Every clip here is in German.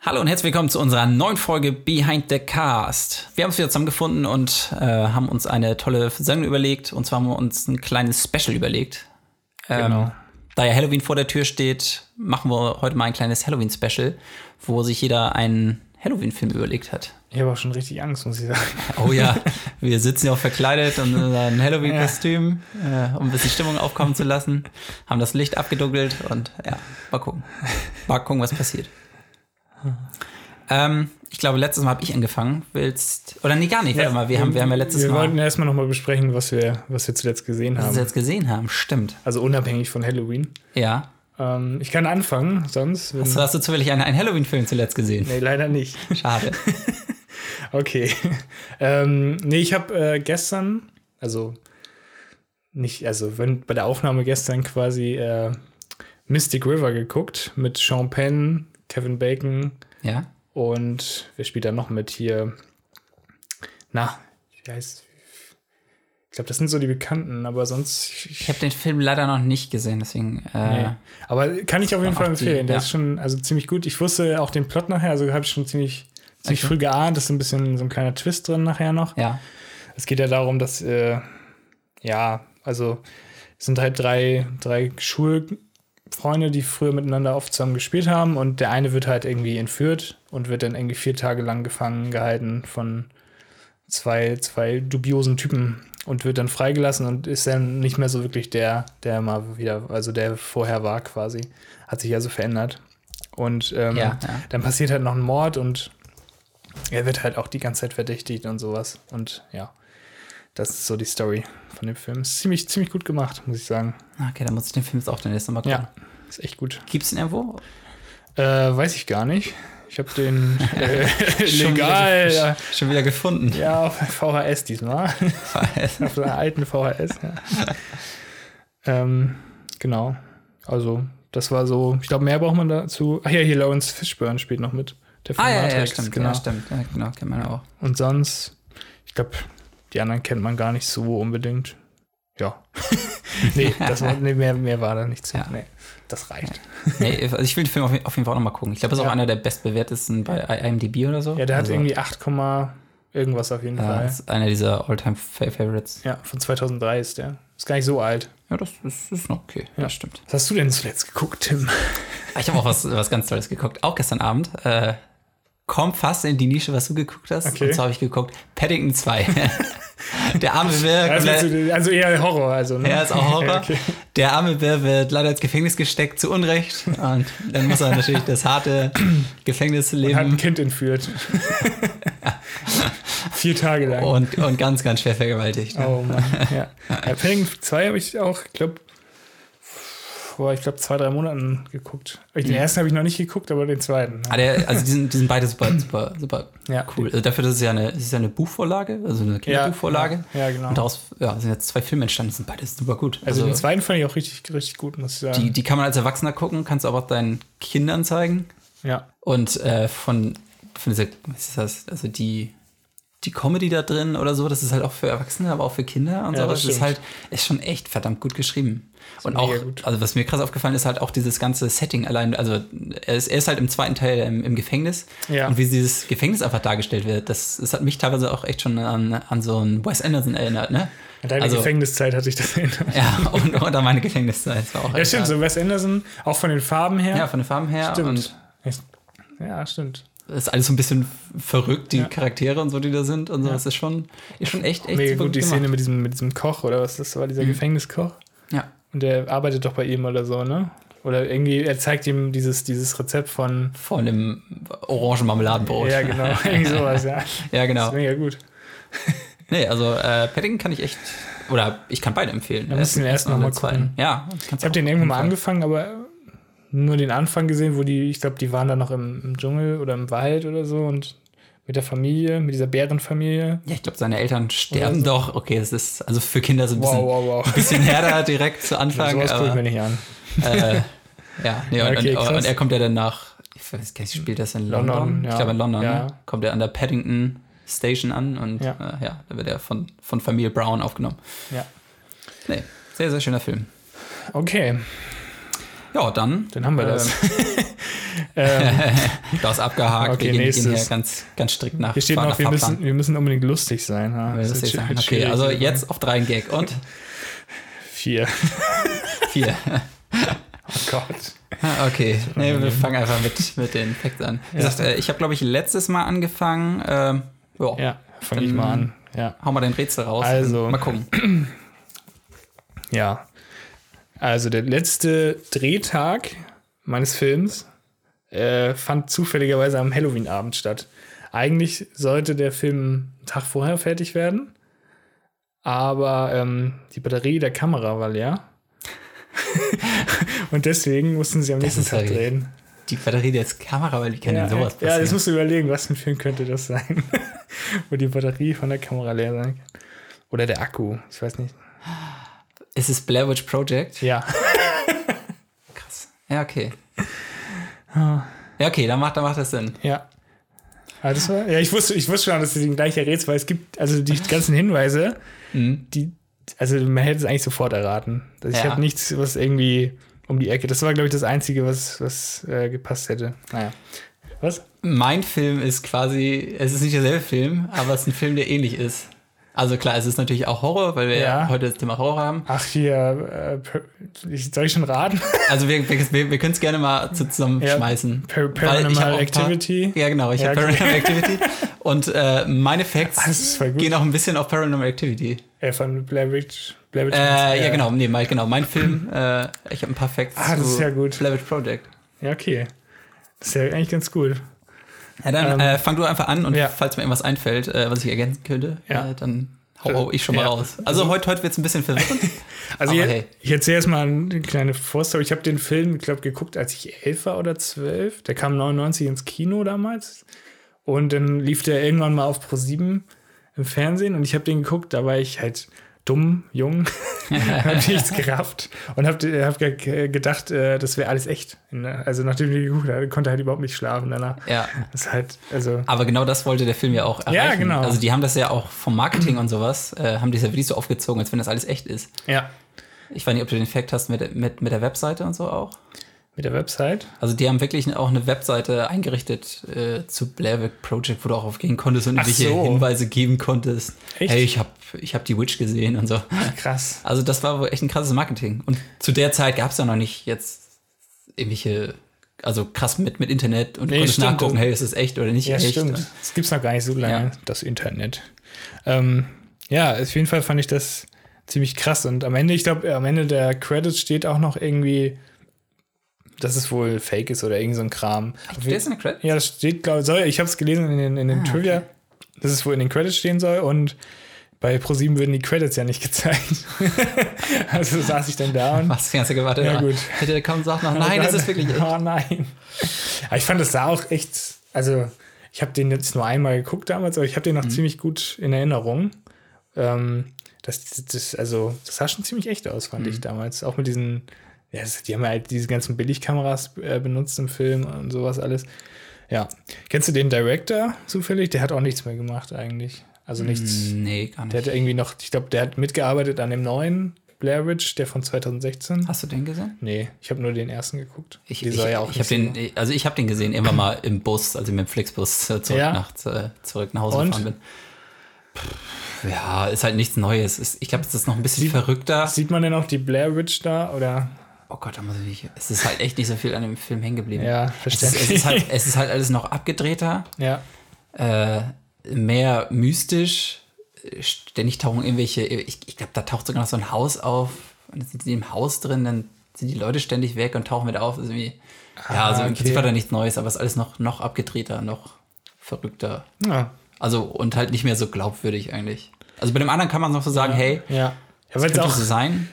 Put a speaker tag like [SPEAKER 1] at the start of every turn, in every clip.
[SPEAKER 1] Hallo und herzlich willkommen zu unserer neuen Folge Behind the Cast. Wir haben uns wieder zusammengefunden und äh, haben uns eine tolle Sendung überlegt. Und zwar haben wir uns ein kleines Special überlegt. Ähm,
[SPEAKER 2] Genau.
[SPEAKER 1] Da ja Halloween vor der Tür steht, machen wir heute mal ein kleines Halloween-Special, wo sich jeder einen Halloween-Film überlegt hat.
[SPEAKER 2] Ich habe auch schon richtig Angst, muss ich sagen.
[SPEAKER 1] Oh ja, wir sitzen ja auch verkleidet und in unserem Halloween-Kostüm, äh, um ein bisschen Stimmung aufkommen zu lassen. Haben das Licht abgedunkelt und ja, mal gucken. Mal gucken, was passiert. Ähm, ich glaube, letztes Mal habe ich angefangen. Willst. Oder nee, gar nicht. Warte mal, wir haben, wir haben ja letztes
[SPEAKER 2] Wir
[SPEAKER 1] Mal,
[SPEAKER 2] wollten erstmal nochmal besprechen, was wir, was wir zuletzt gesehen
[SPEAKER 1] was wir
[SPEAKER 2] haben.
[SPEAKER 1] jetzt gesehen haben. Stimmt.
[SPEAKER 2] Also unabhängig von Halloween.
[SPEAKER 1] Ja.
[SPEAKER 2] Ähm, ich kann anfangen, sonst. Wenn,
[SPEAKER 1] So hast du zufällig einen, einen Halloween-Film zuletzt gesehen.
[SPEAKER 2] nee, leider nicht.
[SPEAKER 1] Schade.
[SPEAKER 2] Okay. ähm, nee, ich habe äh, gestern, also nicht, also wenn bei der Aufnahme gestern quasi äh, Mystic River geguckt mit Sean Penn, Kevin Bacon
[SPEAKER 1] Ja.
[SPEAKER 2] und wer spielt da noch mit hier? Na, wie heißt. Ich glaube, das sind so die Bekannten, aber sonst.
[SPEAKER 1] Ich habe den Film leider noch nicht gesehen, deswegen. Äh,
[SPEAKER 2] Nee. Aber kann ich auf jeden
[SPEAKER 1] auch
[SPEAKER 2] Fall empfehlen.
[SPEAKER 1] die-
[SPEAKER 2] Der
[SPEAKER 1] ja.
[SPEAKER 2] ist schon also ziemlich gut. Ich wusste auch den Plot nachher, also habe ich schon ziemlich, ziemlich
[SPEAKER 1] Okay.
[SPEAKER 2] früh geahnt. Das ist ein bisschen so ein kleiner Twist drin nachher noch.
[SPEAKER 1] Ja.
[SPEAKER 2] Es geht ja darum, dass, äh, ja, also es sind halt drei, drei Schulfreunde, die früher miteinander oft zusammen gespielt haben und der eine wird halt irgendwie entführt und wird dann irgendwie vier Tage lang gefangen gehalten von zwei, zwei dubiosen Typen und wird dann freigelassen und ist dann nicht mehr so wirklich der, der mal wieder, also der vorher war quasi. Hat sich also verändert. Und ähm,
[SPEAKER 1] Ja, ja.
[SPEAKER 2] dann passiert halt noch ein Mord und er wird halt auch die ganze Zeit verdächtigt und sowas. Und ja, das ist so die Story von dem Film. Ist ziemlich, ziemlich gut gemacht, muss ich sagen.
[SPEAKER 1] Ah, Okay, dann muss ich den Film jetzt auch den nächsten Mal gucken.
[SPEAKER 2] Ja,
[SPEAKER 1] Ja.
[SPEAKER 2] ist echt gut.
[SPEAKER 1] Gibt's den irgendwo?
[SPEAKER 2] Äh, weiß ich gar nicht. Ich habe den äh,
[SPEAKER 1] Schon
[SPEAKER 2] legal.
[SPEAKER 1] Wieder,
[SPEAKER 2] ja.
[SPEAKER 1] gef- schon wieder gefunden.
[SPEAKER 2] Ja, auf VHS diesmal. auf der alten VHS, ja. ähm, genau. Also, das war so. Ich glaube, mehr braucht man dazu. Ach ja, hier Lawrence Fishburne spielt noch mit. Der
[SPEAKER 1] Ah, ja, ja,
[SPEAKER 2] Matrix,
[SPEAKER 1] stimmt.
[SPEAKER 2] genau.
[SPEAKER 1] Ja, stimmt. Ja, genau, kennt man auch.
[SPEAKER 2] Und sonst, ich glaube, die anderen kennt man gar nicht so unbedingt. Ja. nee, das war, nee mehr, mehr war da nichts.
[SPEAKER 1] Ja.
[SPEAKER 2] Nee, das reicht.
[SPEAKER 1] Nee, also ich will den Film auf, auf jeden Fall auch nochmal gucken. Ich glaube, das ist
[SPEAKER 2] Ja.
[SPEAKER 1] auch einer der bestbewertesten bei IMDb oder so.
[SPEAKER 2] Ja, der hat
[SPEAKER 1] also,
[SPEAKER 2] irgendwie 8, Komma irgendwas auf jeden
[SPEAKER 1] Ja,
[SPEAKER 2] Fall.
[SPEAKER 1] das ist einer dieser All-Time-Favorites.
[SPEAKER 2] Ja, von 2003 ist der. Ist gar nicht so alt.
[SPEAKER 1] Ja, das ist, ist noch okay. Ja, stimmt.
[SPEAKER 2] Was hast du denn zuletzt geguckt, Tim?
[SPEAKER 1] Ah, Ich habe auch was, was ganz Tolles geguckt. Auch gestern Abend. Äh, komm fast in die Nische, was du geguckt hast.
[SPEAKER 2] Okay.
[SPEAKER 1] Und zwar habe ich geguckt Paddington 2. der arme ne? Bär.
[SPEAKER 2] Also,
[SPEAKER 1] komplett-
[SPEAKER 2] also eher Horror, also. Ne?
[SPEAKER 1] Äh, Er ist auch Horror.
[SPEAKER 2] Okay.
[SPEAKER 1] Der arme Bär wird leider ins Gefängnis gesteckt, zu Unrecht. Und dann muss er natürlich das harte
[SPEAKER 2] Hat ein
[SPEAKER 1] Gefängnisleben
[SPEAKER 2] Kind entführt. Vier Tage lang.
[SPEAKER 1] und, und ganz, ganz schwer vergewaltigt. ne?
[SPEAKER 2] Oh Mann, ja. ja Paddington 2 habe ich auch, ich glaube, vor, ich glaube, zwei, drei Monaten geguckt. Den ersten habe ich noch nicht geguckt, aber den zweiten.
[SPEAKER 1] Mhm. Ah, der, also die sind, die sind beide super, super, super
[SPEAKER 2] Ja.
[SPEAKER 1] cool. Also dafür, dass es ja eine, es ist ja eine Buchvorlage, also eine Kinderbuchvorlage.
[SPEAKER 2] Ja, ja, genau.
[SPEAKER 1] Und daraus ja, sind jetzt zwei Filme entstanden, die sind beide super gut.
[SPEAKER 2] Also, den zweiten fand ich auch richtig, richtig gut, muss ich sagen.
[SPEAKER 1] die, die kann man als Erwachsener gucken, kannst du aber auch deinen Kindern zeigen.
[SPEAKER 2] ja.
[SPEAKER 1] Und äh, von, von dieser, was ist das, also die, die Comedy da drin oder so, das ist halt auch für Erwachsene, aber auch für Kinder und
[SPEAKER 2] Ja,
[SPEAKER 1] so.
[SPEAKER 2] das
[SPEAKER 1] Das ist
[SPEAKER 2] stimmt.
[SPEAKER 1] halt, ist schon echt verdammt gut geschrieben. Und auch,
[SPEAKER 2] mega gut.
[SPEAKER 1] also was mir krass aufgefallen ist, halt auch dieses ganze Setting allein, also er ist, er ist halt im zweiten Teil im, im Gefängnis
[SPEAKER 2] Ja.
[SPEAKER 1] und wie dieses Gefängnis einfach dargestellt wird, das, das hat mich teilweise auch echt schon an, an so einen Wes Anderson erinnert, ne?
[SPEAKER 2] An deine
[SPEAKER 1] also,
[SPEAKER 2] Gefängniszeit hatte ich das erinnert.
[SPEAKER 1] ja, und, und an meine Gefängniszeit. Das war auch
[SPEAKER 2] Ja,
[SPEAKER 1] echt
[SPEAKER 2] stimmt,
[SPEAKER 1] krass.
[SPEAKER 2] so Wes Anderson, auch von den Farben her.
[SPEAKER 1] Ja, von den Farben her und
[SPEAKER 2] ja, stimmt.
[SPEAKER 1] Das ist alles so ein bisschen verrückt, die Charaktere und so, die da sind und so. Das ist schon, ist schon echt, echt
[SPEAKER 2] Mega
[SPEAKER 1] super
[SPEAKER 2] gut, die
[SPEAKER 1] gemacht. Mhm.
[SPEAKER 2] Szene mit diesem, mit diesem Koch oder was das war, dieser Gefängniskoch.
[SPEAKER 1] Ja.
[SPEAKER 2] Und der arbeitet doch bei ihm oder so, ne? Oder irgendwie, er zeigt ihm dieses, dieses Rezept von.
[SPEAKER 1] Von dem orangen Marmeladenbrot.
[SPEAKER 2] Ja, genau, irgendwie sowas, ja.
[SPEAKER 1] Ja, Oh,
[SPEAKER 2] Das
[SPEAKER 1] genau.
[SPEAKER 2] ist mega gut.
[SPEAKER 1] Nee, also äh, Paddington kann ich echt, oder ich kann beide empfehlen.
[SPEAKER 2] müssen wir erst noch
[SPEAKER 1] und
[SPEAKER 2] mal
[SPEAKER 1] den zweiten.
[SPEAKER 2] gucken.
[SPEAKER 1] Ja, ich
[SPEAKER 2] Ich habe den irgendwann mal angefangen, aber nur den Anfang gesehen, wo die, ich glaube, die waren da noch im, im Dschungel oder im Wald oder so und mit der Familie, mit dieser Bärenfamilie.
[SPEAKER 1] Ja, ich glaube, seine Eltern sterben doch. Okay, das ist also für Kinder so ein bisschen,
[SPEAKER 2] Wow, wow, wow.
[SPEAKER 1] bisschen härter direkt zu Anfang.
[SPEAKER 2] Sowas gucke ich
[SPEAKER 1] aber,
[SPEAKER 2] mir nicht an.
[SPEAKER 1] äh, ja, nee, und,
[SPEAKER 2] Okay,
[SPEAKER 1] und,
[SPEAKER 2] krass.
[SPEAKER 1] und er kommt ja dann nach, ich weiß nicht, spielt das in London?
[SPEAKER 2] London,
[SPEAKER 1] Ich
[SPEAKER 2] ja.
[SPEAKER 1] glaube in London,
[SPEAKER 2] Ja.
[SPEAKER 1] ne? kommt er an der Paddington Station an und
[SPEAKER 2] Ja.
[SPEAKER 1] ja, äh, ja da wird er von, von Familie Brown aufgenommen.
[SPEAKER 2] Ja.
[SPEAKER 1] Nee, sehr, sehr schöner Film.
[SPEAKER 2] Okay,
[SPEAKER 1] Ja, dann.
[SPEAKER 2] dann haben wir das. Ähm,
[SPEAKER 1] Du hast abgehakt. wir
[SPEAKER 2] Okay,
[SPEAKER 1] gehen, wir gehen hier
[SPEAKER 2] nächstes.
[SPEAKER 1] ganz, ganz strikt nach,
[SPEAKER 2] hier steht
[SPEAKER 1] nach
[SPEAKER 2] noch, wir
[SPEAKER 1] Fahrplan.
[SPEAKER 2] müssen, wir müssen unbedingt lustig sein. Ja,
[SPEAKER 1] Wir
[SPEAKER 2] Das
[SPEAKER 1] müssen
[SPEAKER 2] ist halt
[SPEAKER 1] jetzt sagen,
[SPEAKER 2] schwierig,
[SPEAKER 1] Okay, also
[SPEAKER 2] aber
[SPEAKER 1] jetzt auf drei ein Gag und
[SPEAKER 2] Vier.
[SPEAKER 1] vier.
[SPEAKER 2] Oh Gott.
[SPEAKER 1] Ah, Okay, nee, wir fangen einfach mit, mit den Facts an. Wie gesagt, äh, ich habe, glaube ich, letztes Mal angefangen. Ähm, ja,
[SPEAKER 2] Ja, fange ich
[SPEAKER 1] Dann-
[SPEAKER 2] mal an. Ja.
[SPEAKER 1] hau mal den Rätsel raus.
[SPEAKER 2] Also.
[SPEAKER 1] Mal gucken.
[SPEAKER 2] Ja. Also der letzte Drehtag meines Films äh, fand zufälligerweise am Halloween-Abend statt. Eigentlich sollte der Film einen Tag vorher fertig werden, aber ähm, die Batterie der Kamera war leer. Und deswegen mussten sie am nächsten
[SPEAKER 1] ist
[SPEAKER 2] Tag
[SPEAKER 1] ja-
[SPEAKER 2] drehen.
[SPEAKER 1] Die Batterie der ist Kamera, weil die kann
[SPEAKER 2] Ja,
[SPEAKER 1] denn sowas
[SPEAKER 2] ja, jetzt
[SPEAKER 1] passieren.
[SPEAKER 2] musst du überlegen, was für ein Film könnte das sein, wo die Batterie von der Kamera leer sein kann. Oder der Akku, ich weiß nicht.
[SPEAKER 1] ist es Blair Witch Project?
[SPEAKER 2] Ja.
[SPEAKER 1] Krass. Ja, okay.
[SPEAKER 2] Ah.
[SPEAKER 1] Ja, okay, dann macht, dann macht das Sinn.
[SPEAKER 2] Ja. Aber das war, ja, ich wusste, ich wusste schon, dass du den gleich errätst, weil es gibt, also die ganzen Hinweise, die, also man hätte es eigentlich sofort erraten. Also Ich
[SPEAKER 1] Mhm. Ja.
[SPEAKER 2] habe nichts, was irgendwie um die Ecke. Das war, glaube ich, das Einzige, was, was äh, gepasst hätte. Naja. Was?
[SPEAKER 1] Mein Film ist quasi, es ist nicht derselbe Film, aber es ist ein Film, der ähnlich ist. Also klar, es ist natürlich auch Horror, weil wir
[SPEAKER 2] Ja.
[SPEAKER 1] ja. heute das Thema Horror haben.
[SPEAKER 2] Ach, hier, äh, per, ich, soll ich schon raten?
[SPEAKER 1] Also wir, wir, wir- wir können es gerne mal zu- zusammenschmeißen. Weil
[SPEAKER 2] Ja, Par-
[SPEAKER 1] ich hab
[SPEAKER 2] Paranormal
[SPEAKER 1] auch ein paar-
[SPEAKER 2] Activity.
[SPEAKER 1] Ja, genau, ich
[SPEAKER 2] Ja,
[SPEAKER 1] habe
[SPEAKER 2] okay.
[SPEAKER 1] Paranormal Activity. Und äh, meine
[SPEAKER 2] Ah, Das ist
[SPEAKER 1] Facts
[SPEAKER 2] voll gut.
[SPEAKER 1] gehen auch ein bisschen auf Paranormal Activity.
[SPEAKER 2] Äh, von Blair Witch. Blair Witch
[SPEAKER 1] Äh, ja, genau, nee, mein, genau, mein Film, äh, ich habe ein paar Facts
[SPEAKER 2] Ah, das ist ja gut.
[SPEAKER 1] Blair Witch Project.
[SPEAKER 2] Ja, okay. Das ist ja eigentlich ganz gut.
[SPEAKER 1] Ja, dann
[SPEAKER 2] Ähm,
[SPEAKER 1] äh, fang du einfach an und
[SPEAKER 2] ja.
[SPEAKER 1] falls mir irgendwas einfällt, äh, was ich ergänzen könnte,
[SPEAKER 2] Ja.
[SPEAKER 1] äh, dann hau, hau ich schon mal
[SPEAKER 2] Ja. Mhm.
[SPEAKER 1] raus. Also heute, heute wird es ein bisschen verwirrend.
[SPEAKER 2] Also
[SPEAKER 1] Aber
[SPEAKER 2] ich,
[SPEAKER 1] hey.
[SPEAKER 2] ich erzähle jetzt mal eine kleine Vorstory. Ich habe den Film, ich glaube, geguckt, als ich elf war oder zwölf. Der kam 99 ins Kino damals. Und dann lief der irgendwann mal auf Pro7 im Fernsehen und ich habe den geguckt, da war ich halt dumm, jung, habe nichts gerafft und habe hab ge- ge- gedacht, äh, das wäre alles echt. Also nachdem ich den geguckt habe, konnte halt überhaupt nicht schlafen danach.
[SPEAKER 1] ja.
[SPEAKER 2] Das ist halt, also
[SPEAKER 1] Aber genau das wollte der Film ja auch erreichen.
[SPEAKER 2] genau.
[SPEAKER 1] Also die haben das ja auch vom Marketing und sowas, äh, haben die das ja wirklich so aufgezogen, als wenn das alles echt ist.
[SPEAKER 2] ja,
[SPEAKER 1] Ich weiß nicht, ob du den Fact hast mit, mit, mit der Webseite und so auch.
[SPEAKER 2] mit der Website.
[SPEAKER 1] Also die haben wirklich auch eine Webseite eingerichtet äh, zu Blairwick Project, wo du auch aufgehen konntest und
[SPEAKER 2] Ach
[SPEAKER 1] irgendwelche
[SPEAKER 2] so.
[SPEAKER 1] Hinweise geben konntest.
[SPEAKER 2] Echt?
[SPEAKER 1] Hey, ich habe ich hab die Witch gesehen und so.
[SPEAKER 2] Ah, Krass.
[SPEAKER 1] Also das war wohl echt ein krasses Marketing. Und zu der Zeit gab es ja noch nicht jetzt irgendwelche, also krass mit, mit Internet und du
[SPEAKER 2] Nee,
[SPEAKER 1] konntest
[SPEAKER 2] stimmt.
[SPEAKER 1] nachgucken, hey, ist es echt oder nicht
[SPEAKER 2] Ja,
[SPEAKER 1] echt.
[SPEAKER 2] stimmt. Das gibt es noch gar nicht so lange,
[SPEAKER 1] Ja.
[SPEAKER 2] das Internet. Ähm, ja, auf jeden Fall fand ich das ziemlich krass. Und am Ende, ich glaube, am Ende der Credits steht auch noch irgendwie, dass es wohl fake ist oder irgend so ein Kram. Auf
[SPEAKER 1] Der ist in der Credit?
[SPEAKER 2] ja, das steht, glaube ich, ich habe es gelesen in den, in den Trivia, dass es wohl in den Credits stehen soll und bei ProSieben würden die Credits ja nicht gezeigt. also saß ich dann da und.
[SPEAKER 1] Was hast die ganze gewartet?
[SPEAKER 2] Ja,
[SPEAKER 1] Ja,
[SPEAKER 2] gut.
[SPEAKER 1] Bitte komm, sag noch, nein,
[SPEAKER 2] Oh
[SPEAKER 1] das
[SPEAKER 2] Gott.
[SPEAKER 1] ist wirklich echt.
[SPEAKER 2] Oh nein. Aber ich fand, das sah auch echt. Also, ich habe den jetzt nur einmal geguckt damals, aber ich habe den
[SPEAKER 1] Mhm.
[SPEAKER 2] noch ziemlich gut in Erinnerung. Ähm, das, das, also, das sah schon ziemlich echt aus, fand
[SPEAKER 1] Mhm.
[SPEAKER 2] ich damals. Auch mit diesen. Ja, das, die haben ja halt diese ganzen Billigkameras äh, benutzt im Film und sowas alles. Ja. Kennst du den Director zufällig? Der hat auch nichts mehr gemacht, eigentlich. Also
[SPEAKER 1] Hm.
[SPEAKER 2] nichts.
[SPEAKER 1] Nee, gar
[SPEAKER 2] Der
[SPEAKER 1] nicht.
[SPEAKER 2] hat irgendwie noch, ich glaube, der hat mitgearbeitet an dem neuen Blair Witch, der von 2016.
[SPEAKER 1] Hast du den gesehen?
[SPEAKER 2] Nee, ich habe nur den ersten geguckt.
[SPEAKER 1] Ich,
[SPEAKER 2] Die
[SPEAKER 1] ich,
[SPEAKER 2] soll
[SPEAKER 1] ich habe
[SPEAKER 2] nicht ne?
[SPEAKER 1] den, ich- also ich habe den gesehen, irgendwann mal im Bus, als ich mit dem Flixbus äh, zurück,
[SPEAKER 2] Ja?
[SPEAKER 1] nach, äh, zurück nach Hause
[SPEAKER 2] Und?
[SPEAKER 1] gefahren bin. Pff, ja, ist halt nichts Neues. Ist, ich glaube, es ist noch ein bisschen verrückter.
[SPEAKER 2] so- Sieht man denn auch die Blair Witch da? Oder?
[SPEAKER 1] Oh Gott, da muss ich, es ist halt echt nicht so viel an dem Film hängen geblieben.
[SPEAKER 2] Ja,
[SPEAKER 1] es, ist, es,
[SPEAKER 2] verständlich.
[SPEAKER 1] ist halt, es ist halt alles noch abgedrehter.
[SPEAKER 2] ja.
[SPEAKER 1] äh, mehr mystisch. Ständig tauchen irgendwelche, ich, ich glaube, da taucht sogar noch so ein Haus auf und dann sind die im Haus drin, dann sind die Leute ständig weg und tauchen wieder auf. Ist irgendwie, ja, also im
[SPEAKER 2] Ah, okay.
[SPEAKER 1] Prinzip war da nichts Neues, aber es ist alles noch, noch abgedrehter, noch verrückter.
[SPEAKER 2] Ja.
[SPEAKER 1] Also und halt nicht mehr so glaubwürdig eigentlich. Also bei dem anderen kann man noch so sagen, hey,
[SPEAKER 2] Ja. Ja, weil's
[SPEAKER 1] könnte
[SPEAKER 2] auch,
[SPEAKER 1] so sein.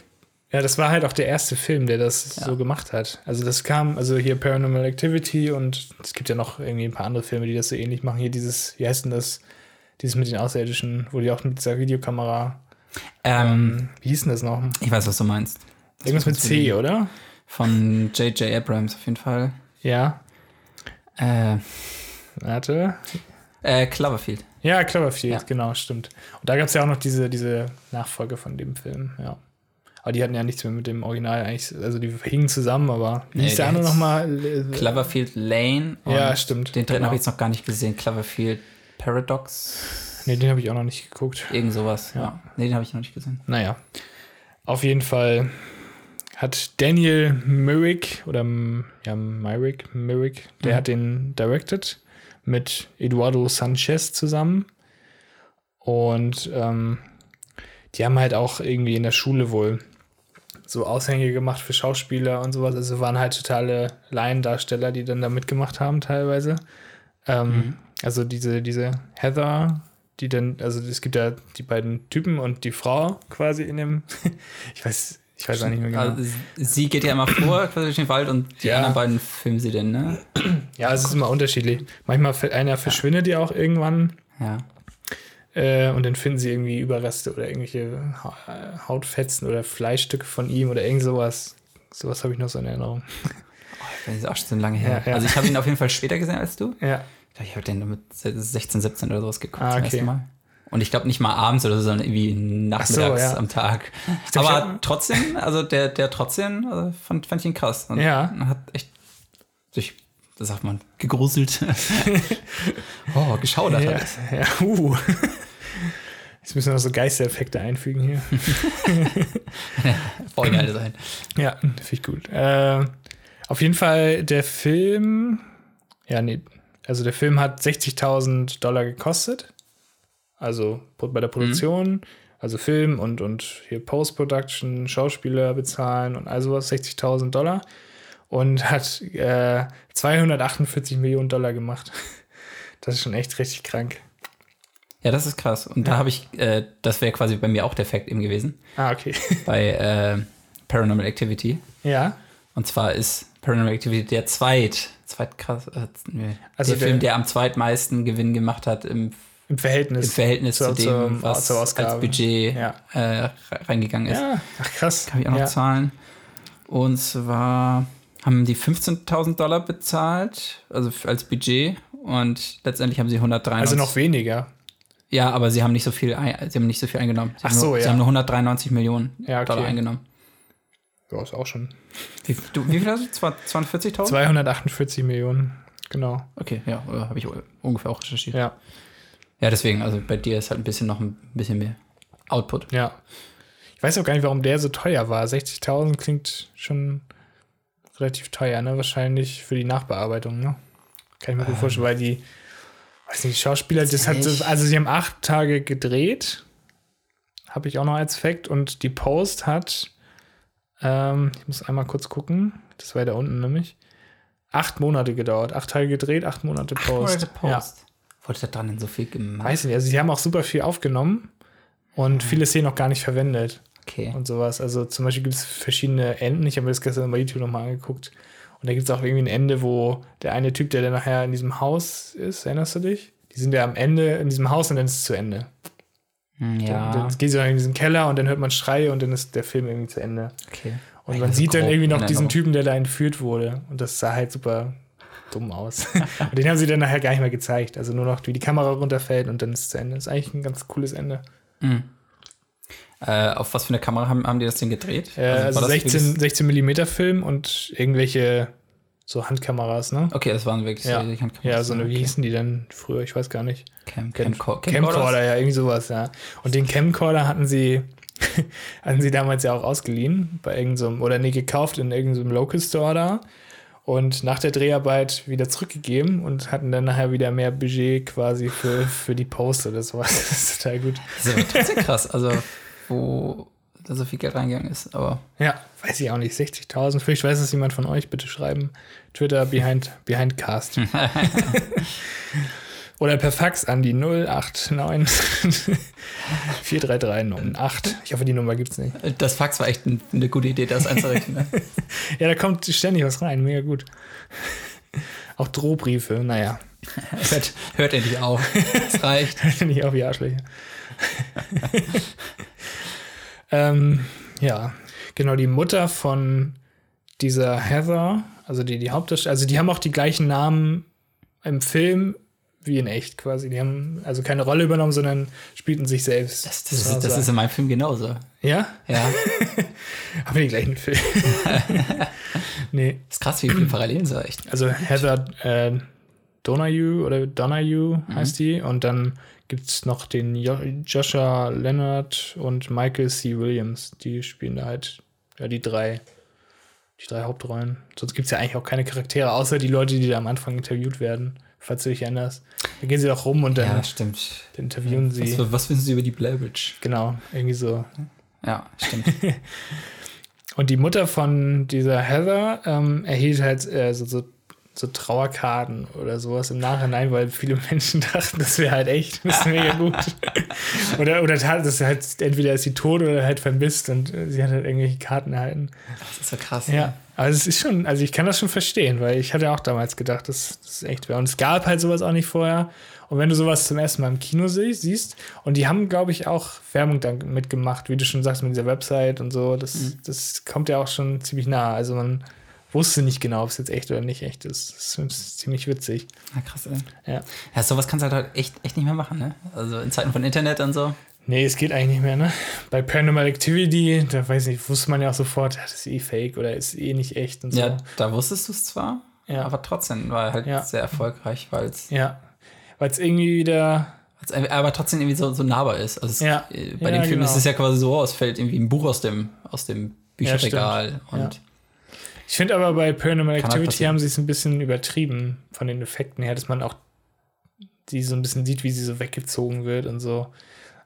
[SPEAKER 2] ja, das war halt auch der erste Film, der das so gemacht hat. Also das kam, also hier Paranormal Activity und es gibt ja noch irgendwie ein paar andere Filme, die das so ähnlich machen. Hier dieses, wie heißt denn das? Dieses mit den Außerirdischen, wo die auch mit dieser Videokamera,
[SPEAKER 1] Ähm,
[SPEAKER 2] wie hieß denn das noch?
[SPEAKER 1] ich weiß, was du meinst.
[SPEAKER 2] Irgendwas mit C, oder?
[SPEAKER 1] Von J.J. Abrams auf jeden Fall.
[SPEAKER 2] Ja.
[SPEAKER 1] Äh,
[SPEAKER 2] Warte.
[SPEAKER 1] äh, Cloverfield.
[SPEAKER 2] Ja, Cloverfield,
[SPEAKER 1] Ja.
[SPEAKER 2] genau, stimmt. Und da gab es ja auch noch diese, diese Nachfolge von dem Film, ja. Aber die hatten ja nichts mehr mit dem Original eigentlich. Also die hingen zusammen, aber wie
[SPEAKER 1] Nee,
[SPEAKER 2] hieß der
[SPEAKER 1] der
[SPEAKER 2] andere
[SPEAKER 1] hat's-
[SPEAKER 2] nochmal? Äh,
[SPEAKER 1] Cloverfield Lane. und
[SPEAKER 2] Ja, stimmt.
[SPEAKER 1] Den dritten
[SPEAKER 2] Genau.
[SPEAKER 1] habe ich jetzt noch gar nicht gesehen. Cloverfield Paradox.
[SPEAKER 2] Nee, den habe ich auch noch nicht geguckt.
[SPEAKER 1] Irgend sowas. Ja. Nee, den habe ich noch nicht gesehen.
[SPEAKER 2] Naja. Auf jeden Fall hat Daniel Myrick oder M- ja, Myrick, Myrick, der
[SPEAKER 1] Mhm.
[SPEAKER 2] hat den directed mit Eduardo Sanchez zusammen. Und ähm, die haben halt auch irgendwie in der Schule wohl so Aushänge gemacht für Schauspieler und sowas. Also waren halt totale Laiendarsteller, die dann da mitgemacht haben teilweise. Ähm,
[SPEAKER 1] Mhm.
[SPEAKER 2] Also diese, diese Heather, die dann, also es gibt ja die beiden Typen und die Frau quasi in dem, ich weiß, ich weiß auch nicht mehr genau.
[SPEAKER 1] Also, sie geht ja immer vor, quasi durch den Wald, und die
[SPEAKER 2] Ja.
[SPEAKER 1] anderen beiden filmen sie denn, ne?
[SPEAKER 2] ja, Also es ist immer unterschiedlich. Manchmal ver- einer verschwindet ja auch irgendwann
[SPEAKER 1] Ja.
[SPEAKER 2] Äh, und dann finden sie irgendwie Überreste oder irgendwelche Ha- äh, Hautfetzen oder Fleischstücke von ihm oder irgend sowas. Sowas habe ich noch so in Erinnerung.
[SPEAKER 1] Das ist auch schon lange her.
[SPEAKER 2] Ja, ja.
[SPEAKER 1] Also ich habe ihn auf jeden Fall später gesehen als du.
[SPEAKER 2] Ja.
[SPEAKER 1] Ich glaube, ich habe den nur mit 16, 17 oder sowas geguckt
[SPEAKER 2] Ah,
[SPEAKER 1] zum
[SPEAKER 2] okay.
[SPEAKER 1] ersten Mal. Und ich glaube nicht mal abends oder so, sondern irgendwie nachmittags
[SPEAKER 2] ja.
[SPEAKER 1] am Tag.
[SPEAKER 2] glaub, ich
[SPEAKER 1] Aber
[SPEAKER 2] hab-
[SPEAKER 1] trotzdem, also der, der trotzdem, also fand, fand ich ihn krass. Und
[SPEAKER 2] Ja.
[SPEAKER 1] Hat echt sich, das sagt man, gegruselt. oh, geschaudert
[SPEAKER 2] Ja,
[SPEAKER 1] hat es.
[SPEAKER 2] ja, uh. Jetzt müssen wir noch so Geistereffekte einfügen hier.
[SPEAKER 1] Voll geil sein.
[SPEAKER 2] Ja, finde ich gut. Äh, auf jeden Fall der Film, ja, nee, also der Film hat 60.000 Dollar gekostet. Also pro-
[SPEAKER 1] Mhm.
[SPEAKER 2] bei der Produktion, also Film und, und hier Post-Production, Schauspieler bezahlen und all sowas, 60.000 Dollar. Und hat äh, 248 Millionen Dollar gemacht. Das ist schon echt richtig krank.
[SPEAKER 1] Ja, das ist krass. Und da habe ich, äh, das wäre quasi bei mir auch der Fact eben gewesen,
[SPEAKER 2] Ah, okay.
[SPEAKER 1] bei äh, Paranormal Activity.
[SPEAKER 2] ja.
[SPEAKER 1] Und zwar ist Paranormal Activity der zweit, zweitkrass, äh, nee,
[SPEAKER 2] Also
[SPEAKER 1] der,
[SPEAKER 2] der-
[SPEAKER 1] Film, der am zweitmeisten Gewinn gemacht hat im,
[SPEAKER 2] Im Verhältnis.
[SPEAKER 1] im Verhältnis zu
[SPEAKER 2] zur-
[SPEAKER 1] dem,
[SPEAKER 2] zum-
[SPEAKER 1] was
[SPEAKER 2] zur
[SPEAKER 1] als
[SPEAKER 2] Ausgabe.
[SPEAKER 1] Budget
[SPEAKER 2] Ja.
[SPEAKER 1] äh, re- reingegangen ist.
[SPEAKER 2] ja. Ach, krass.
[SPEAKER 1] Habe ich auch noch
[SPEAKER 2] ja.
[SPEAKER 1] Zahlen. Und zwar haben die 15.000 Dollar bezahlt, also f- als Budget. Und letztendlich haben sie 193.
[SPEAKER 2] Also noch weniger.
[SPEAKER 1] Ja, aber sie haben nicht so viel, ein, sie haben nicht so viel eingenommen. Sie
[SPEAKER 2] Ach
[SPEAKER 1] haben
[SPEAKER 2] so,
[SPEAKER 1] nur,
[SPEAKER 2] ja.
[SPEAKER 1] Sie haben nur 193 Millionen
[SPEAKER 2] Ja, okay.
[SPEAKER 1] Dollar eingenommen.
[SPEAKER 2] Ja, ist auch schon.
[SPEAKER 1] Wie, du, wie viel hast du? Zwei- 42.000?
[SPEAKER 2] 248 Millionen, genau.
[SPEAKER 1] Okay, ja, habe ich ungefähr auch recherchiert.
[SPEAKER 2] Ja,
[SPEAKER 1] Ja, deswegen, also bei dir ist halt ein bisschen noch ein bisschen mehr Output.
[SPEAKER 2] ja. Ich weiß auch gar nicht, warum der so teuer war. 60.000 klingt schon relativ teuer, ne? Wahrscheinlich für die Nachbearbeitung, ne? Kann ich mir gut vorstellen, weil die, weiß nicht, die Schauspieler, das hat,
[SPEAKER 1] nicht.
[SPEAKER 2] so- also sie haben acht Tage gedreht, habe ich auch noch als Fact, und die Post hat, ähm, ich muss einmal kurz gucken, das war da unten nämlich, acht Monate gedauert. Acht Tage gedreht, acht Monate Post. Ja.
[SPEAKER 1] Wurde da dran denn so viel gemacht?
[SPEAKER 2] Weiß nicht, also sie haben auch super viel aufgenommen und
[SPEAKER 1] Hm.
[SPEAKER 2] viele Szenen auch gar nicht verwendet
[SPEAKER 1] Okay.
[SPEAKER 2] und sowas. Also zum Beispiel gibt es verschiedene Enden. Ich habe mir das gestern bei YouTube nochmal angeguckt. Und da gibt es auch irgendwie ein Ende, wo der eine Typ, der dann nachher in diesem Haus ist, erinnerst du dich? Die sind ja am Ende in diesem Haus und dann ist es zu Ende.
[SPEAKER 1] Hm,
[SPEAKER 2] Dann
[SPEAKER 1] Ja,
[SPEAKER 2] gehen sie dann in diesen Keller und dann hört man Schreie und dann ist der Film irgendwie zu Ende.
[SPEAKER 1] okay.
[SPEAKER 2] Und
[SPEAKER 1] Ich
[SPEAKER 2] man
[SPEAKER 1] bin so
[SPEAKER 2] sieht dann
[SPEAKER 1] grob
[SPEAKER 2] irgendwie
[SPEAKER 1] in
[SPEAKER 2] noch diesen
[SPEAKER 1] Erinnerung.
[SPEAKER 2] Typen, der da entführt wurde. Und das sah halt super dumm aus. und den haben sie dann nachher gar nicht mehr gezeigt. Also nur noch, wie die Kamera runterfällt und dann ist es zu Ende. Das ist eigentlich ein ganz cooles Ende.
[SPEAKER 1] Äh, auf was für eine Kamera haben, haben die das denn gedreht?
[SPEAKER 2] Äh, also
[SPEAKER 1] war das wirklich-
[SPEAKER 2] 16, 16 mm Film und irgendwelche so Handkameras, ne?
[SPEAKER 1] Okay, das waren wirklich
[SPEAKER 2] Ja.
[SPEAKER 1] die Handkameras.
[SPEAKER 2] Ja, so eine, wie
[SPEAKER 1] okay.
[SPEAKER 2] hießen die denn früher? Ich weiß gar nicht.
[SPEAKER 1] Cam, Cam,
[SPEAKER 2] Cam
[SPEAKER 1] Camcor-
[SPEAKER 2] Camcorder, ja, irgendwie sowas, ja. Und den Camcorder hatten sie, hatten sie damals ja auch ausgeliehen bei irgendeinem, oder nee, gekauft in irgendeinem Local Store da und nach der Dreharbeit wieder zurückgegeben und hatten dann nachher wieder mehr Budget quasi für, für die Post oder sowas. Das ist total gut.
[SPEAKER 1] Das ist aber trotzdem krass, also wo da so viel Geld reingegangen ist. Aber
[SPEAKER 2] Ja, weiß ich auch nicht, 60.000. Vielleicht weiß es jemand von euch, bitte schreiben. Twitter behind, behindcast. Oder per Fax an die 089 433 8. Ich hoffe, die Nummer gibt's nicht.
[SPEAKER 1] das Fax war echt ein, eine gute Idee, das einzurichten. Ne?
[SPEAKER 2] Ja, da kommt ständig was rein, mega gut. Auch Drohbriefe, naja.
[SPEAKER 1] hört, hört endlich auf. Das reicht.
[SPEAKER 2] Finde ich auch wie Arschlöcher. ähm, ja, genau, die Mutter von dieser Heather, also die, die Hauptdarstellerin, also die haben auch die gleichen Namen im Film wie in echt quasi. Die haben also keine Rolle übernommen, sondern spielten sich selbst.
[SPEAKER 1] Das,
[SPEAKER 2] muss
[SPEAKER 1] das,
[SPEAKER 2] man
[SPEAKER 1] ist, das
[SPEAKER 2] sagen.
[SPEAKER 1] ist in meinem Film genauso.
[SPEAKER 2] ja?
[SPEAKER 1] Ja,
[SPEAKER 2] Haben wir den gleichen Film? nee.
[SPEAKER 1] ist krass, wie viele Parallelen so echt.
[SPEAKER 2] Also Heather äh, Donahue oder Donahue heißt die. Und dann gibt es noch den jo Joshua Leonard und Michael C. Williams. Die spielen da halt ja, die drei. Die drei Hauptrollen. Sonst gibt es ja eigentlich auch keine Charaktere, außer die Leute, die da am Anfang interviewt werden, falls du dich erinnerst. Da gehen sie doch rum und dann,
[SPEAKER 1] Ja, stimmt.
[SPEAKER 2] dann interviewen sie.
[SPEAKER 1] Was, was wissen Sie über die Blair Witch?
[SPEAKER 2] Genau, irgendwie so.
[SPEAKER 1] Ja, stimmt.
[SPEAKER 2] Und die Mutter von dieser Heather ähm, erhielt halt äh, so, so, so Trauerkarten oder sowas im Nachhinein, weil viele Menschen dachten, das wäre halt echt, das ist mega gut. oder oder tat, das ist halt, entweder ist sie tot oder halt vermisst und äh, sie hat halt irgendwelche Karten erhalten.
[SPEAKER 1] Das ist so krass. ne?
[SPEAKER 2] Ja. Aber es ist schon, also ich kann das schon verstehen, weil ich hatte auch damals gedacht, das, das ist echt wäre. Und es gab halt sowas auch nicht vorher. Und wenn du sowas zum ersten Mal im Kino sie- siehst, und die haben, glaube ich, auch Werbung dann mitgemacht, wie du schon sagst, mit dieser Website und so, das, das kommt ja auch schon ziemlich nah. Also man wusste nicht genau, ob es jetzt echt oder nicht echt ist. Das ist ziemlich witzig.
[SPEAKER 1] Ja, krass, ey.
[SPEAKER 2] Ja.
[SPEAKER 1] Ja, sowas kannst du halt halt echt, echt nicht mehr machen, ne? Also in Zeiten von Internet und so.
[SPEAKER 2] Nee, es geht eigentlich nicht mehr, ne? Bei Paranormal Activity, da weiß ich, wusste man ja auch sofort, ja, das ist eh fake oder ist eh nicht echt und so.
[SPEAKER 1] Ja, da wusstest du es zwar,
[SPEAKER 2] Ja.
[SPEAKER 1] aber trotzdem war halt
[SPEAKER 2] Ja.
[SPEAKER 1] sehr erfolgreich, weil es
[SPEAKER 2] ja. Weil es irgendwie wieder
[SPEAKER 1] weil's ein- aber trotzdem irgendwie so, so nahbar ist. Also es,
[SPEAKER 2] Ja.
[SPEAKER 1] äh, bei
[SPEAKER 2] Ja,
[SPEAKER 1] dem Film
[SPEAKER 2] genau.
[SPEAKER 1] ist es ja quasi so, es fällt irgendwie ein Buch aus dem, aus dem
[SPEAKER 2] Ja, stimmt.
[SPEAKER 1] Bücherregal. und
[SPEAKER 2] Ich finde aber bei Paranormal
[SPEAKER 1] Kann halt
[SPEAKER 2] Activity
[SPEAKER 1] passieren.
[SPEAKER 2] haben sie es ein bisschen übertrieben von den Effekten her, dass man auch die so ein bisschen sieht, wie sie so weggezogen wird und so.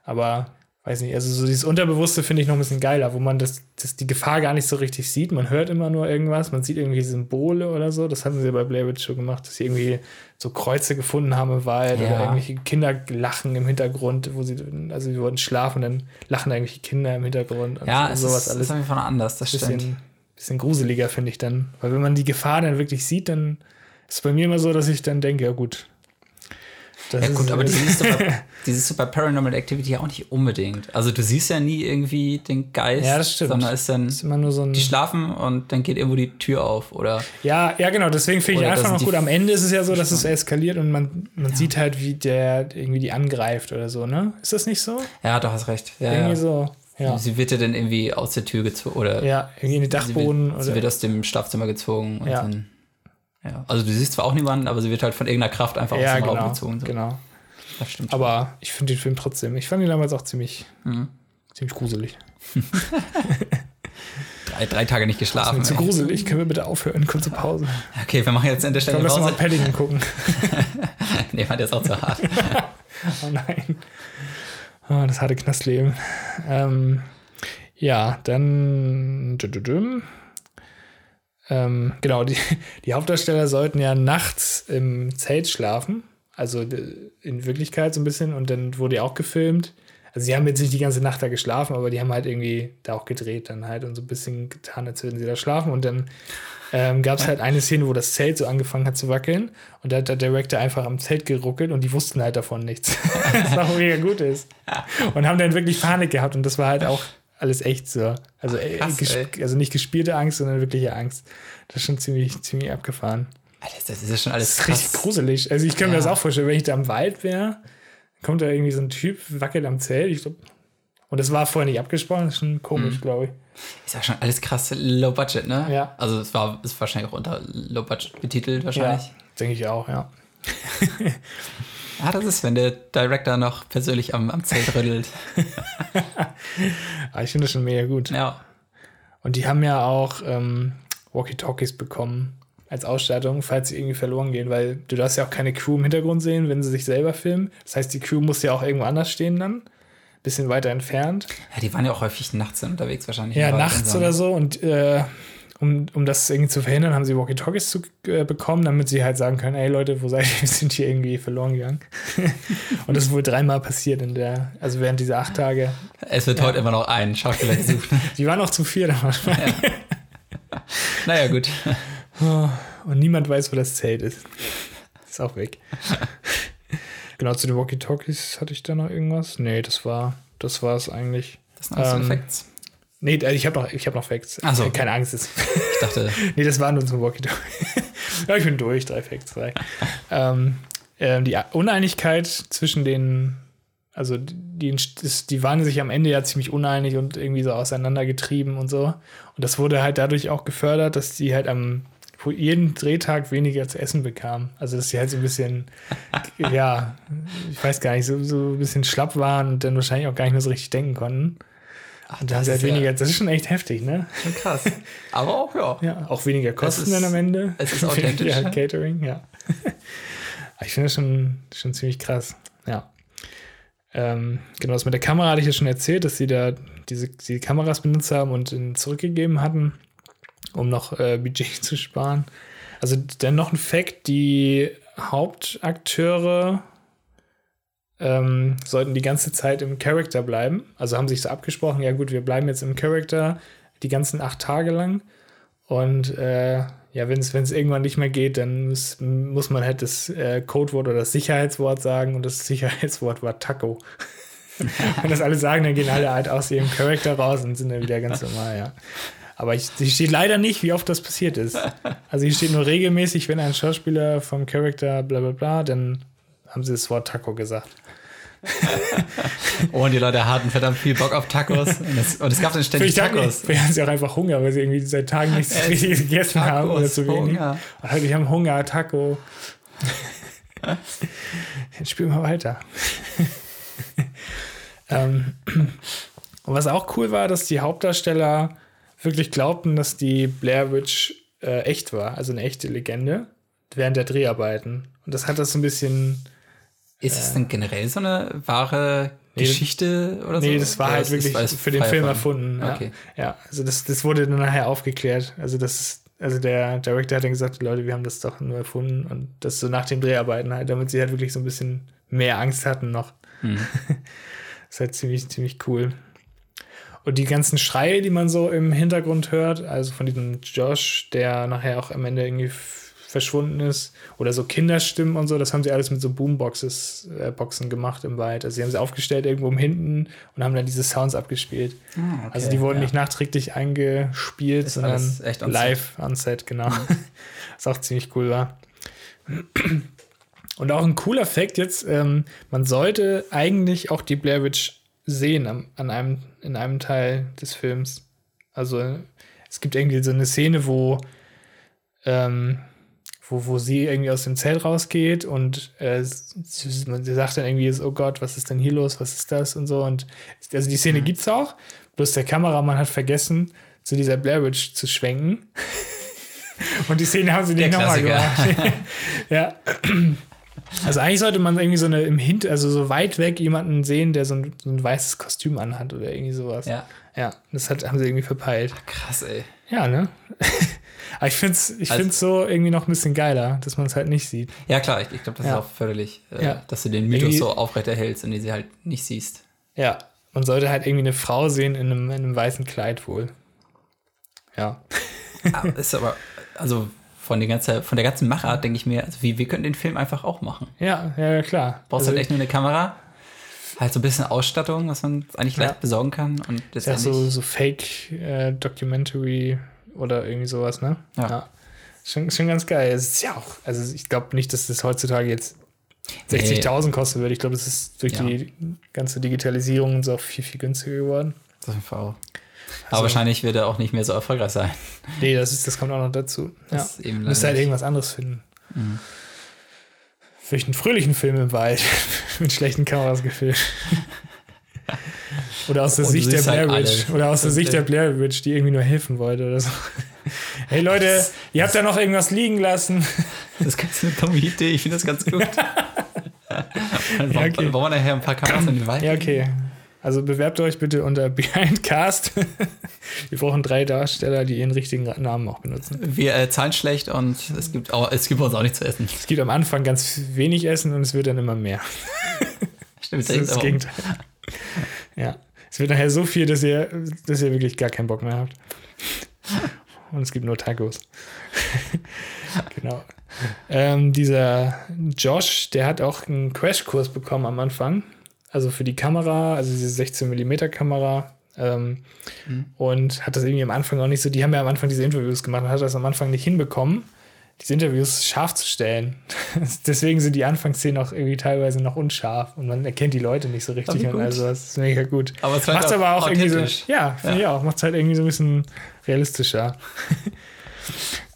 [SPEAKER 2] Aber weiß nicht, also so dieses Unterbewusste finde ich noch ein bisschen geiler, wo man das, das die Gefahr gar nicht so richtig sieht. Man hört immer nur irgendwas, man sieht irgendwie Symbole oder so. Das haben sie ja bei Blair Witch schon gemacht, dass sie irgendwie so Kreuze gefunden haben im Wald
[SPEAKER 1] Ja.
[SPEAKER 2] oder irgendwelche Kinder lachen im Hintergrund, wo sie, also sie wollten schlafen, dann lachen da irgendwelche Kinder im Hintergrund und
[SPEAKER 1] ja,
[SPEAKER 2] so-
[SPEAKER 1] es
[SPEAKER 2] Also sowas
[SPEAKER 1] ist, alles. ist einfach anders, das stimmt.
[SPEAKER 2] bisschen, bisschen gruseliger, finde ich dann. Weil wenn man die Gefahr dann wirklich sieht, dann ist es bei mir immer so, dass ich dann denke, ja gut. Das
[SPEAKER 1] Ja gut,
[SPEAKER 2] ist- äh,
[SPEAKER 1] aber die siehst, du bei, die siehst du bei Paranormal Activity auch nicht unbedingt. Also du siehst ja nie irgendwie den Geist,
[SPEAKER 2] Ja, das stimmt.
[SPEAKER 1] sondern ist dann,
[SPEAKER 2] ist immer nur so ein.
[SPEAKER 1] die schlafen und dann geht irgendwo die Tür auf oder
[SPEAKER 2] Ja, ja, genau, deswegen finde ich
[SPEAKER 1] Oder
[SPEAKER 2] einfach
[SPEAKER 1] das sind
[SPEAKER 2] noch
[SPEAKER 1] die-
[SPEAKER 2] gut. Am Ende ist es ja so, dass es eskaliert und man, man sieht halt, wie der irgendwie die angreift oder so, ne? Ist das nicht so?
[SPEAKER 1] ja, du hast recht. Ja,
[SPEAKER 2] irgendwie
[SPEAKER 1] ja.
[SPEAKER 2] so. Ja.
[SPEAKER 1] Sie wird ja dann irgendwie aus der Tür gezogen oder
[SPEAKER 2] ja, irgendwie in den
[SPEAKER 1] sie,
[SPEAKER 2] Dachboden
[SPEAKER 1] wird, sie wird
[SPEAKER 2] oder.
[SPEAKER 1] aus dem Schlafzimmer gezogen. Und
[SPEAKER 2] Ja.
[SPEAKER 1] Dann, ja. Also du siehst zwar auch niemanden, aber sie wird halt von irgendeiner Kraft einfach
[SPEAKER 2] Ja,
[SPEAKER 1] aus dem
[SPEAKER 2] genau.
[SPEAKER 1] Raum gezogen. So.
[SPEAKER 2] genau.
[SPEAKER 1] Das stimmt.
[SPEAKER 2] Aber ich finde den Film trotzdem. Ich fand ihn damals auch ziemlich,
[SPEAKER 1] Mhm.
[SPEAKER 2] ziemlich gruselig.
[SPEAKER 1] drei, drei Tage nicht
[SPEAKER 2] Ist
[SPEAKER 1] geschlafen.
[SPEAKER 2] mir zu
[SPEAKER 1] ey.
[SPEAKER 2] gruselig. Können wir bitte aufhören? Kurze Pause.
[SPEAKER 1] Okay, wir machen jetzt an der Stelle
[SPEAKER 2] Komm, lass uns mal
[SPEAKER 1] Pause.
[SPEAKER 2] Paddington gucken.
[SPEAKER 1] nee, fand jetzt auch zu hart.
[SPEAKER 2] Oh nein. Oh, das harte Knastleben. Ähm, ja, dann. dü- dü- düm. Ähm, genau, die, die Hauptdarsteller sollten ja nachts im Zelt schlafen. Also d- in Wirklichkeit so ein bisschen. Und dann wurde ja auch gefilmt. Also sie haben jetzt nicht die ganze Nacht da geschlafen, aber die haben halt irgendwie da auch gedreht dann halt und so ein bisschen getan, als würden sie da schlafen. Und dann ähm, gab es halt eine Szene, wo das Zelt so angefangen hat zu wackeln und da hat der Director einfach am Zelt geruckelt und die wussten halt davon nichts. das war mega gut ist. Und haben dann wirklich Panik gehabt und das war halt auch alles echt so. Also, äh,
[SPEAKER 1] krass,
[SPEAKER 2] ges-
[SPEAKER 1] ey.
[SPEAKER 2] also nicht gespielte Angst, sondern wirkliche Angst. Das ist schon ziemlich, ziemlich abgefahren.
[SPEAKER 1] Alter, das ist ja schon alles
[SPEAKER 2] Das ist
[SPEAKER 1] krass.
[SPEAKER 2] richtig gruselig. Also ich könnte mir
[SPEAKER 1] Ja.
[SPEAKER 2] das auch vorstellen, wenn ich da im Wald wäre, kommt da irgendwie so ein Typ, wackelt am Zelt. Ich glaub, und das war vorher nicht abgesprochen, das ist schon komisch,
[SPEAKER 1] Mhm.
[SPEAKER 2] glaube ich.
[SPEAKER 1] Ist ja schon alles krass low budget, ne?
[SPEAKER 2] Ja.
[SPEAKER 1] Also es war ist wahrscheinlich auch unter low budget betitelt
[SPEAKER 2] Ja,
[SPEAKER 1] wahrscheinlich.
[SPEAKER 2] denke ich auch, ja.
[SPEAKER 1] Ah, das ist, wenn der Director noch persönlich am, am Zelt rüttelt.
[SPEAKER 2] Aber ich finde das schon mega gut.
[SPEAKER 1] Ja.
[SPEAKER 2] Und die haben ja auch ähm, Walkie-Talkies bekommen als Ausstattung, falls sie irgendwie verloren gehen, weil du darfst ja auch keine Crew im Hintergrund sehen, wenn sie sich selber filmen. Das heißt, die Crew muss ja auch irgendwo anders stehen dann. Bisschen weiter entfernt.
[SPEAKER 1] ja, die waren ja auch häufig nachts dann unterwegs wahrscheinlich.
[SPEAKER 2] Ja,
[SPEAKER 1] Aber
[SPEAKER 2] nachts
[SPEAKER 1] insofern-
[SPEAKER 2] oder so. Und äh, um, um das irgendwie zu verhindern, haben sie Walkie-Talkies zu, äh, bekommen, damit sie halt sagen können, ey Leute, wo seid ihr? Wir sind hier irgendwie verloren gegangen. und das ist wohl dreimal passiert in der, also während dieser acht Tage.
[SPEAKER 1] Es wird heute immer noch ein Schauspieler gesucht.
[SPEAKER 2] Die waren auch zu viert. aber-
[SPEAKER 1] naja, gut.
[SPEAKER 2] Oh, und niemand weiß, wo das Zelt ist. Ist auch weg. genau, zu den Walkie-Talkies hatte ich da noch irgendwas? Nee, das war, das war es eigentlich.
[SPEAKER 1] Das sind alles
[SPEAKER 2] Ähm,
[SPEAKER 1] so Facts.
[SPEAKER 2] Nee, äh, ich habe noch, ich hab noch Facts.
[SPEAKER 1] Ach so.
[SPEAKER 2] Keine Angst, es
[SPEAKER 1] Ich dachte,
[SPEAKER 2] Nee, das waren nur zum Walkie-Talkie. ja, ich bin durch, drei Facts, drei. ähm, ähm, die Uneinigkeit zwischen den, also die, die waren sich am Ende ja ziemlich uneinig und irgendwie so auseinandergetrieben und so. Und das wurde halt dadurch auch gefördert, dass die halt am jeden Drehtag weniger zu essen bekamen. Also dass sie halt so ein bisschen, ja, ich weiß gar nicht, so, so ein bisschen schlapp waren und dann wahrscheinlich auch gar nicht mehr so richtig denken konnten.
[SPEAKER 1] Ach,
[SPEAKER 2] Und da haben sie halt
[SPEAKER 1] ja
[SPEAKER 2] weniger, das ist schon echt heftig, ne?
[SPEAKER 1] schon krass. Aber auch, ja.
[SPEAKER 2] Ja, auch weniger Kosten
[SPEAKER 1] ist-
[SPEAKER 2] dann am Ende.
[SPEAKER 1] es ist authentisch,
[SPEAKER 2] ja,
[SPEAKER 1] ja.
[SPEAKER 2] Catering, ja. Aber ich finde das schon, schon ziemlich krass. Ja. Ähm, genau, das mit der Kamera hatte ich ja schon erzählt, dass sie da diese, die Kameras benutzt haben und in- zurückgegeben hatten, um noch äh, Budget zu sparen. Also dann noch ein Fact, die Hauptakteure ähm, sollten die ganze Zeit im Charakter bleiben. Also haben sich so abgesprochen, ja gut, wir bleiben jetzt im Charakter die ganzen acht Tage lang. Und äh, ja, wenn es irgendwann nicht mehr geht, dann muss, muss man halt das äh, Codewort oder das Sicherheitswort sagen. Und das Sicherheitswort war Taco. Wenn das alle sagen, dann gehen alle halt aus ihrem Charakter raus und sind dann wieder ganz normal, ja. Aber ich- hier steht leider nicht, wie oft das passiert ist. Also hier steht nur regelmäßig, wenn ein Schauspieler vom Charakter bla bla bla, dann haben sie das Wort Taco gesagt.
[SPEAKER 1] Oh, und die Leute hatten verdammt viel Bock auf Tacos. Und es, und es gab dann ständig
[SPEAKER 2] Vielleicht haben-
[SPEAKER 1] Tacos.
[SPEAKER 2] Vielleicht haben sie auch einfach Hunger, weil sie irgendwie seit Tagen nichts
[SPEAKER 1] Es-
[SPEAKER 2] richtig gegessen haben oder
[SPEAKER 1] Tacos,
[SPEAKER 2] zu wenig.
[SPEAKER 1] Hunger.
[SPEAKER 2] Und halt, ich habe Hunger, Taco. Jetzt spielen wir weiter. ähm, und was auch cool war, dass die Hauptdarsteller wirklich glaubten, dass die Blair Witch äh, echt war, also eine echte Legende, während der Dreharbeiten. Und das hat das so ein bisschen
[SPEAKER 1] Ist es denn generell so eine wahre
[SPEAKER 2] Nee,
[SPEAKER 1] Geschichte oder so?
[SPEAKER 2] Nee, das war
[SPEAKER 1] Oder
[SPEAKER 2] halt
[SPEAKER 1] ist-
[SPEAKER 2] wirklich
[SPEAKER 1] ist- war Also, es
[SPEAKER 2] für den
[SPEAKER 1] frei
[SPEAKER 2] Film
[SPEAKER 1] erfunden?
[SPEAKER 2] erfunden. Ja.
[SPEAKER 1] Okay.
[SPEAKER 2] ja, also das, das wurde dann nachher aufgeklärt. Also das ist, also der Director hat dann gesagt, Leute, wir haben das doch nur erfunden und das so nach den Dreharbeiten halt, damit sie halt wirklich so ein bisschen mehr Angst hatten noch. Das ist halt ziemlich, ziemlich cool. Und die ganzen Schreie, die man so im Hintergrund hört, also von diesem Josh, der nachher auch am Ende irgendwie f- verschwunden ist, oder so Kinderstimmen und so, das haben sie alles mit so Boomboxes, äh, Boxen gemacht im Wald. Also sie haben sie aufgestellt irgendwo im Hinten und haben dann diese Sounds abgespielt.
[SPEAKER 1] Ah, okay,
[SPEAKER 2] also die wurden
[SPEAKER 1] ja.
[SPEAKER 2] nicht nachtricklich eingespielt,
[SPEAKER 1] Ist
[SPEAKER 2] sondern
[SPEAKER 1] alles echt on set. Mhm.
[SPEAKER 2] live on set, genau. Was auch ziemlich cool war. Und auch ein cooler Fact jetzt, ähm, man sollte eigentlich auch die Blair Witch sehen am, an einem, in einem Teil des Films. Also äh, es gibt irgendwie so eine Szene, wo, ähm, wo, wo sie irgendwie aus dem Zelt rausgeht und äh, sie, man- sie sagt dann irgendwie, so, oh Gott, was ist denn hier los, was ist das und so. Und also die
[SPEAKER 1] Mhm.
[SPEAKER 2] Szene gibt's auch, bloß der Kameramann hat vergessen, zu dieser Blair Witch zu schwenken. und die Szene haben sie
[SPEAKER 1] Der
[SPEAKER 2] nicht nochmal
[SPEAKER 1] Klassiker.
[SPEAKER 2] gemacht. Ja. Also eigentlich sollte man irgendwie so eine im Hint, also so weit weg jemanden sehen, der so ein, so ein weißes Kostüm anhat oder irgendwie sowas.
[SPEAKER 1] Ja.
[SPEAKER 2] Ja, das hat, haben sie irgendwie verpeilt.
[SPEAKER 1] Krass, ey.
[SPEAKER 2] Ja, ne? Aber ich finde es ich
[SPEAKER 1] Also-
[SPEAKER 2] find's so irgendwie noch ein bisschen geiler, dass man es halt nicht sieht.
[SPEAKER 1] Ja, klar, ich, ich glaube, das ist
[SPEAKER 2] Ja.
[SPEAKER 1] auch förderlich, äh,
[SPEAKER 2] Ja.
[SPEAKER 1] dass du den Mythos
[SPEAKER 2] Irgendwie-
[SPEAKER 1] so aufrechterhältst und die sie halt nicht siehst.
[SPEAKER 2] Ja, man sollte halt irgendwie eine Frau sehen in einem, in einem weißen Kleid wohl. Ja.
[SPEAKER 1] Ah, ist aber, also von, der ganzen, von der ganzen Machart denke ich mir, also wie, wir könnten den Film einfach auch machen.
[SPEAKER 2] Ja, ja, ja, klar.
[SPEAKER 1] Brauchst
[SPEAKER 2] also,
[SPEAKER 1] halt echt nur eine Kamera, halt so ein bisschen Ausstattung, was man eigentlich
[SPEAKER 2] Ja.
[SPEAKER 1] leicht besorgen kann und
[SPEAKER 2] ja,
[SPEAKER 1] letztendlich.
[SPEAKER 2] so, so Fake-Documentary oder irgendwie sowas, ne?
[SPEAKER 1] Ja.
[SPEAKER 2] Schon, schon ganz geil. Es ist ja auch, also ich glaube nicht, dass das heutzutage jetzt 60.000 kosten würde. Ich glaube, es ist durch
[SPEAKER 1] Ja.
[SPEAKER 2] die ganze Digitalisierung und so auch viel, viel günstiger geworden.
[SPEAKER 1] Das ist ein Foul. Aber wahrscheinlich wird er auch nicht mehr so erfolgreich sein.
[SPEAKER 2] Nee, das, ist, das kommt auch noch dazu. Ja.
[SPEAKER 1] Das ist eben
[SPEAKER 2] Müsste halt
[SPEAKER 1] leider
[SPEAKER 2] irgendwas anderes finden.
[SPEAKER 1] Mhm.
[SPEAKER 2] Vielleicht einen fröhlichen Film im Wald mit schlechten Kameras gefilmt. oder aus der
[SPEAKER 1] Und du
[SPEAKER 2] Sicht der
[SPEAKER 1] siehst
[SPEAKER 2] Blair
[SPEAKER 1] halt
[SPEAKER 2] Witch.
[SPEAKER 1] alles.
[SPEAKER 2] Oder aus der Sicht der Blair Witch, die irgendwie nur helfen wollte oder so. Hey Leute, ihr habt da noch irgendwas liegen lassen.
[SPEAKER 1] Das ist ganz eine dumme Idee, ich finde das ganz gut. Dann
[SPEAKER 2] Ja,
[SPEAKER 1] wollen,
[SPEAKER 2] okay.
[SPEAKER 1] wollen wir nachher ein paar Kameras in den Wald?
[SPEAKER 2] Ja, okay. Also bewerbt euch bitte unter Behindcast. Wir brauchen drei Darsteller, die ihren richtigen Namen auch benutzen.
[SPEAKER 1] Wir äh, zahlen schlecht und es gibt, auch, es gibt uns auch nichts zu essen.
[SPEAKER 2] Es gibt am Anfang ganz wenig Essen und es wird dann immer mehr.
[SPEAKER 1] Stimmt,
[SPEAKER 2] Das ist das Gegenteil. Ja. Es wird nachher so viel, dass ihr, dass ihr wirklich gar keinen Bock mehr habt. Und es gibt nur Tacos. genau. Ähm, dieser Josh, der hat auch einen Crashkurs bekommen am Anfang. Also für die Kamera, also diese 16mm Kamera. Ähm,
[SPEAKER 1] Mhm.
[SPEAKER 2] Und hat das irgendwie am Anfang auch nicht so, die haben ja am Anfang diese Interviews gemacht und hat das am Anfang nicht hinbekommen, diese Interviews scharf zu stellen. Deswegen sind die Anfangsszenen auch irgendwie teilweise noch unscharf und man erkennt die Leute nicht so richtig.
[SPEAKER 1] Aber gut.
[SPEAKER 2] Und also das ist mega gut.
[SPEAKER 1] Aber es
[SPEAKER 2] macht's
[SPEAKER 1] bleibt
[SPEAKER 2] aber
[SPEAKER 1] auch
[SPEAKER 2] auch irgendwie so.
[SPEAKER 1] authentisch.
[SPEAKER 2] Ja, finde ich auch. Macht es halt irgendwie so ein bisschen realistischer.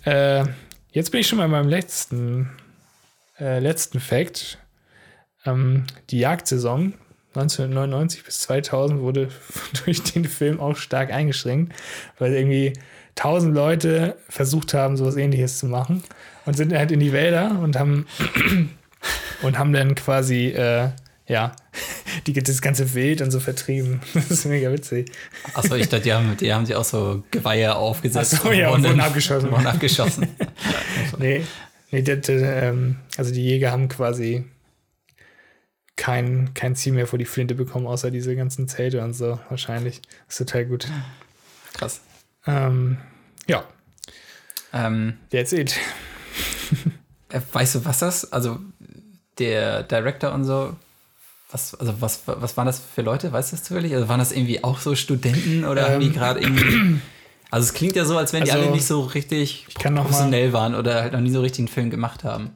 [SPEAKER 2] äh, jetzt bin ich schon bei meinem letzten, äh, letzten Fact. Ähm, die Jagdsaison 1999 bis 2000 wurde durch den Film auch stark eingeschränkt, weil irgendwie tausend Leute versucht haben, sowas ähnliches zu machen und sind halt in die Wälder und haben und haben dann quasi äh, ja die das ganze Wild und so vertrieben. Das ist mega witzig.
[SPEAKER 1] Achso, ich dachte, die haben, die haben sich auch so Geweihe aufgesetzt.
[SPEAKER 2] Ach so, ja, und
[SPEAKER 1] dann-
[SPEAKER 2] wurden abgeschossen.
[SPEAKER 1] Wurden abgeschossen.
[SPEAKER 2] Nee, nee der, der, ähm, also die Jäger haben quasi kein, kein Ziel mehr vor die Flinte bekommen, außer diese ganzen Zelte und so wahrscheinlich. ist total gut.
[SPEAKER 1] Krass.
[SPEAKER 2] Ähm, ja,
[SPEAKER 1] Ähm,
[SPEAKER 2] that's it.
[SPEAKER 1] äh, weißt du, was das? Also, der Director und so, was, also was, was waren das für Leute? Weißt du das zufällig? Also, waren das irgendwie auch so Studenten oder haben die
[SPEAKER 2] Ähm.
[SPEAKER 1] gerade irgendwie. Also, es klingt ja so, als wenn die
[SPEAKER 2] Also,
[SPEAKER 1] alle nicht so richtig
[SPEAKER 2] ich kann noch mal-
[SPEAKER 1] professionell waren oder halt noch nie so richtig einen Film gemacht haben.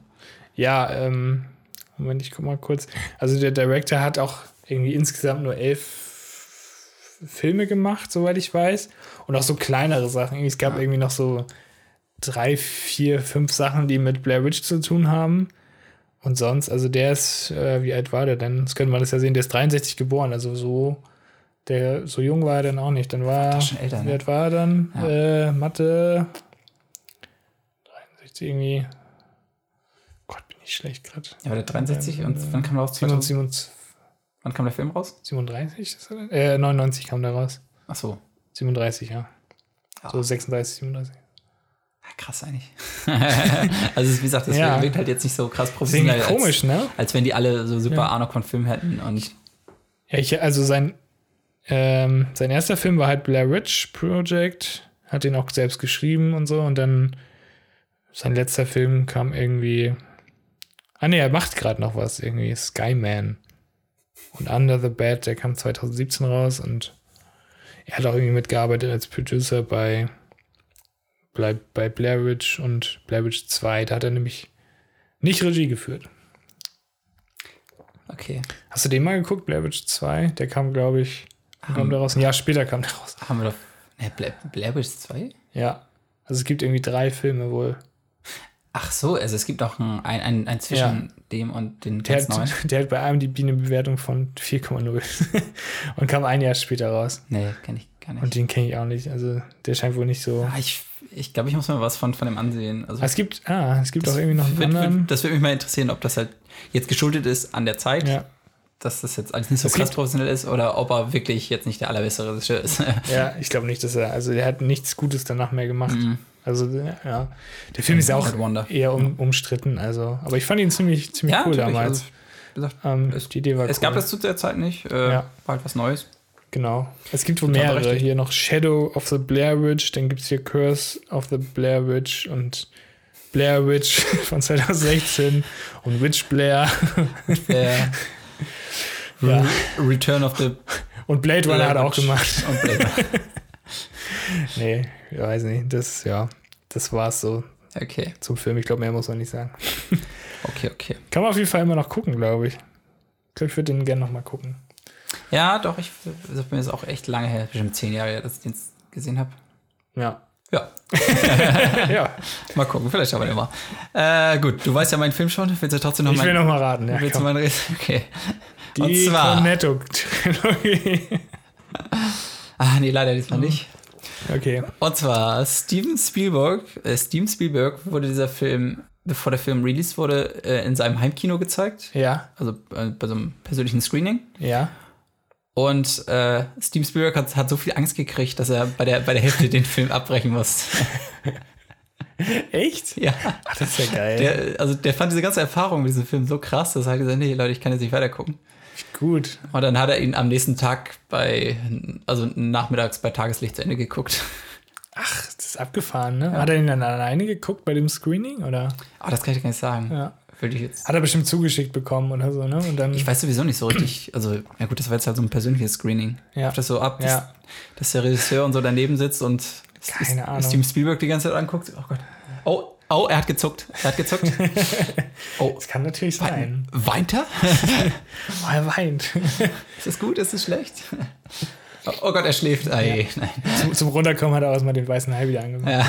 [SPEAKER 2] Ja, ähm, Moment, ich guck mal kurz. Also der Director hat auch irgendwie insgesamt nur elf Filme gemacht, soweit ich weiß. Und auch so kleinere Sachen. Irgendwie, Es gab irgendwie noch so drei, vier, fünf Sachen, die mit Blair Witch zu tun haben. Und sonst, also der ist, äh, wie alt war der denn? Das könnte man das ja sehen, der ist 63 geboren, also so, der, so jung war er dann auch nicht. Dann war,
[SPEAKER 1] doch schon älter,
[SPEAKER 2] wie
[SPEAKER 1] ne?
[SPEAKER 2] alt war er dann?
[SPEAKER 1] Ja.
[SPEAKER 2] Äh, Mathe, 63 irgendwie. Gott, bin ich schlecht gerade.
[SPEAKER 1] Ja, war der 63
[SPEAKER 2] Ähm,
[SPEAKER 1] und wann kam der raus? 2000?
[SPEAKER 2] 37,
[SPEAKER 1] Wann kam der Film raus?
[SPEAKER 2] 37 ist er denn? Äh, 99 kam da raus.
[SPEAKER 1] Achso.
[SPEAKER 2] 37, ja.
[SPEAKER 1] Ja.
[SPEAKER 2] So 36, 37.
[SPEAKER 1] Ja, Krass eigentlich. also es ist, wie gesagt, das
[SPEAKER 2] Ah, Ja.
[SPEAKER 1] wirkt halt jetzt nicht so krass
[SPEAKER 2] Das ist
[SPEAKER 1] professionell,
[SPEAKER 2] irgendwie komisch, ne?
[SPEAKER 1] als, als wenn die alle so super
[SPEAKER 2] Ja.
[SPEAKER 1] Arnold von Film hätten und
[SPEAKER 2] Ja, ich, also sein, ähm, sein erster Film war halt Blair Witch Project, hat den auch selbst geschrieben und so und dann sein letzter Film kam irgendwie. Ah ne, er macht gerade noch was irgendwie, Skyman. Und Under the Bed, der kam 2017 raus und er hat auch irgendwie mitgearbeitet als Producer bei, bei, bei Blair Witch und Blair Witch 2. Da hat er nämlich nicht Regie geführt.
[SPEAKER 1] okay,
[SPEAKER 2] Hast du den mal geguckt, Blair Witch 2? Der kam, glaube ich, wann kam
[SPEAKER 1] Ähm,
[SPEAKER 2] der raus? Ein Jahr später kam der raus.
[SPEAKER 1] haben wir doch. Ne, Bla Blair Witch 2?
[SPEAKER 2] Ja. Also es gibt irgendwie drei Filme wohl.
[SPEAKER 1] Ach so, also es gibt auch ein, ein, ein, ein zwischen dem und den
[SPEAKER 2] Der
[SPEAKER 1] ganz neuen.
[SPEAKER 2] hat, der hat bei einem die Biene-Bewertung von 4,0 und kam ein Jahr später raus.
[SPEAKER 1] Nee, kenne ich gar
[SPEAKER 2] Und
[SPEAKER 1] nicht.
[SPEAKER 2] den kenne ich auch nicht. Also der scheint wohl nicht so.
[SPEAKER 1] Ah, ich ich glaube, ich muss mir was von, von dem ansehen. Also
[SPEAKER 2] Es gibt, ah, es gibt auch irgendwie noch einen
[SPEAKER 1] wird,
[SPEAKER 2] anderen.
[SPEAKER 1] wird, das würde mich mal interessieren, ob das halt jetzt geschuldet ist an der Zeit,
[SPEAKER 2] Ja.
[SPEAKER 1] dass das jetzt alles nicht so
[SPEAKER 2] Es
[SPEAKER 1] krass
[SPEAKER 2] gibt-
[SPEAKER 1] professionell ist oder ob er wirklich jetzt nicht der allerbeste Regisseur ist.
[SPEAKER 2] ja, ich glaube nicht, dass er, also der hat nichts Gutes danach mehr gemacht.
[SPEAKER 1] Mhm.
[SPEAKER 2] Also, ja. Der Film ist ja auch
[SPEAKER 1] One Hit Wonder.
[SPEAKER 2] eher um, umstritten, also. Aber ich fand ihn ziemlich, ziemlich cool
[SPEAKER 1] natürlich,
[SPEAKER 2] damals.
[SPEAKER 1] also, wie gesagt,
[SPEAKER 2] ähm,
[SPEAKER 1] es-
[SPEAKER 2] die Idee war
[SPEAKER 1] Es
[SPEAKER 2] cool.
[SPEAKER 1] gab das zu der Zeit nicht. Äh,
[SPEAKER 2] Ja.
[SPEAKER 1] War halt was Neues.
[SPEAKER 2] Genau. Es gibt wohl
[SPEAKER 1] Total
[SPEAKER 2] mehrere.
[SPEAKER 1] berechtigt.
[SPEAKER 2] Hier noch Shadow of the Blair Witch, dann gibt es hier Curse of the Blair Witch und Blair Witch von 2016 und Witch Blair.
[SPEAKER 1] Äh,
[SPEAKER 2] Ja.
[SPEAKER 1] Return of the
[SPEAKER 2] Und Blade Runner hat er auch
[SPEAKER 1] Witch
[SPEAKER 2] gemacht.
[SPEAKER 1] und Blade Runner.
[SPEAKER 2] Nee, ich weiß nicht. Das, ja, das war's so
[SPEAKER 1] Okay,
[SPEAKER 2] zum Film. Ich glaube, mehr muss man nicht sagen.
[SPEAKER 1] okay, okay.
[SPEAKER 2] Kann man auf jeden Fall immer noch gucken, glaube ich. Ich glaube, ich würde den gerne nochmal gucken.
[SPEAKER 1] Ja, doch, ich das ist mir jetzt auch echt lange her, bestimmt zehn Jahre, her, dass ich den gesehen habe.
[SPEAKER 2] Ja.
[SPEAKER 1] Ja,
[SPEAKER 2] ja,
[SPEAKER 1] mal gucken, vielleicht aber immer. Äh, gut, du weißt ja meinen Film schon, willst du trotzdem noch
[SPEAKER 2] ich will
[SPEAKER 1] meinen.
[SPEAKER 2] nochmal raten. Ja,
[SPEAKER 1] Willst du
[SPEAKER 2] komm.
[SPEAKER 1] meinen reden? Okay. Und
[SPEAKER 2] Die
[SPEAKER 1] zwar.
[SPEAKER 2] Cornetto-Trilogie.
[SPEAKER 1] Ah, nee, leider
[SPEAKER 2] Mhm.
[SPEAKER 1] diesmal nicht.
[SPEAKER 2] Okay.
[SPEAKER 1] Und zwar Steven Spielberg, äh, Steven Spielberg wurde dieser Film, bevor der Film released wurde, äh, in seinem Heimkino gezeigt.
[SPEAKER 2] Ja,
[SPEAKER 1] Also äh, bei so einem persönlichen Screening.
[SPEAKER 2] ja.
[SPEAKER 1] Und äh, Steven Spielberg hat, hat so viel Angst gekriegt, dass er bei der, bei der Hälfte den Film abbrechen muss.
[SPEAKER 2] Echt?
[SPEAKER 1] ja.
[SPEAKER 2] Ach, das ist ja geil.
[SPEAKER 1] Der, also der fand diese ganze Erfahrung mit diesem Film so krass, dass er halt gesagt hat, nee, Leute, ich kann jetzt nicht weitergucken.
[SPEAKER 2] Gut.
[SPEAKER 1] Und dann hat er ihn am nächsten Tag bei, also nachmittags bei Tageslicht zu Ende geguckt.
[SPEAKER 2] Ach, das ist abgefahren, ne? Hat er ihn dann alleine geguckt bei dem Screening oder?
[SPEAKER 1] Aber Ah, das kann ich dir gar nicht sagen.
[SPEAKER 2] Ja.
[SPEAKER 1] Würde ich jetzt.
[SPEAKER 2] Hat er bestimmt zugeschickt bekommen oder so, ne? Und dann
[SPEAKER 1] Ich weiß sowieso nicht so richtig, also, ja gut, das war jetzt halt so ein persönliches Screening.
[SPEAKER 2] Ja.
[SPEAKER 1] Läuft das so ab, dass,
[SPEAKER 2] Ja.
[SPEAKER 1] dass der Regisseur und so daneben sitzt und
[SPEAKER 2] Keine
[SPEAKER 1] S-
[SPEAKER 2] Ahnung.
[SPEAKER 1] Steven Spielberg die ganze Zeit anguckt. Oh Gott. Oh, Oh, er hat gezuckt. Er hat gezuckt. Oh,
[SPEAKER 2] Das kann natürlich sein.
[SPEAKER 1] weint er?
[SPEAKER 2] Oh, er weint.
[SPEAKER 1] Ist das gut? Ist das schlecht? Oh, oh Gott, er schläft. Ah, je. Nein.
[SPEAKER 2] zum, zum Runterkommen hat er auch mal den weißen Hai wieder angemacht.
[SPEAKER 1] Ja.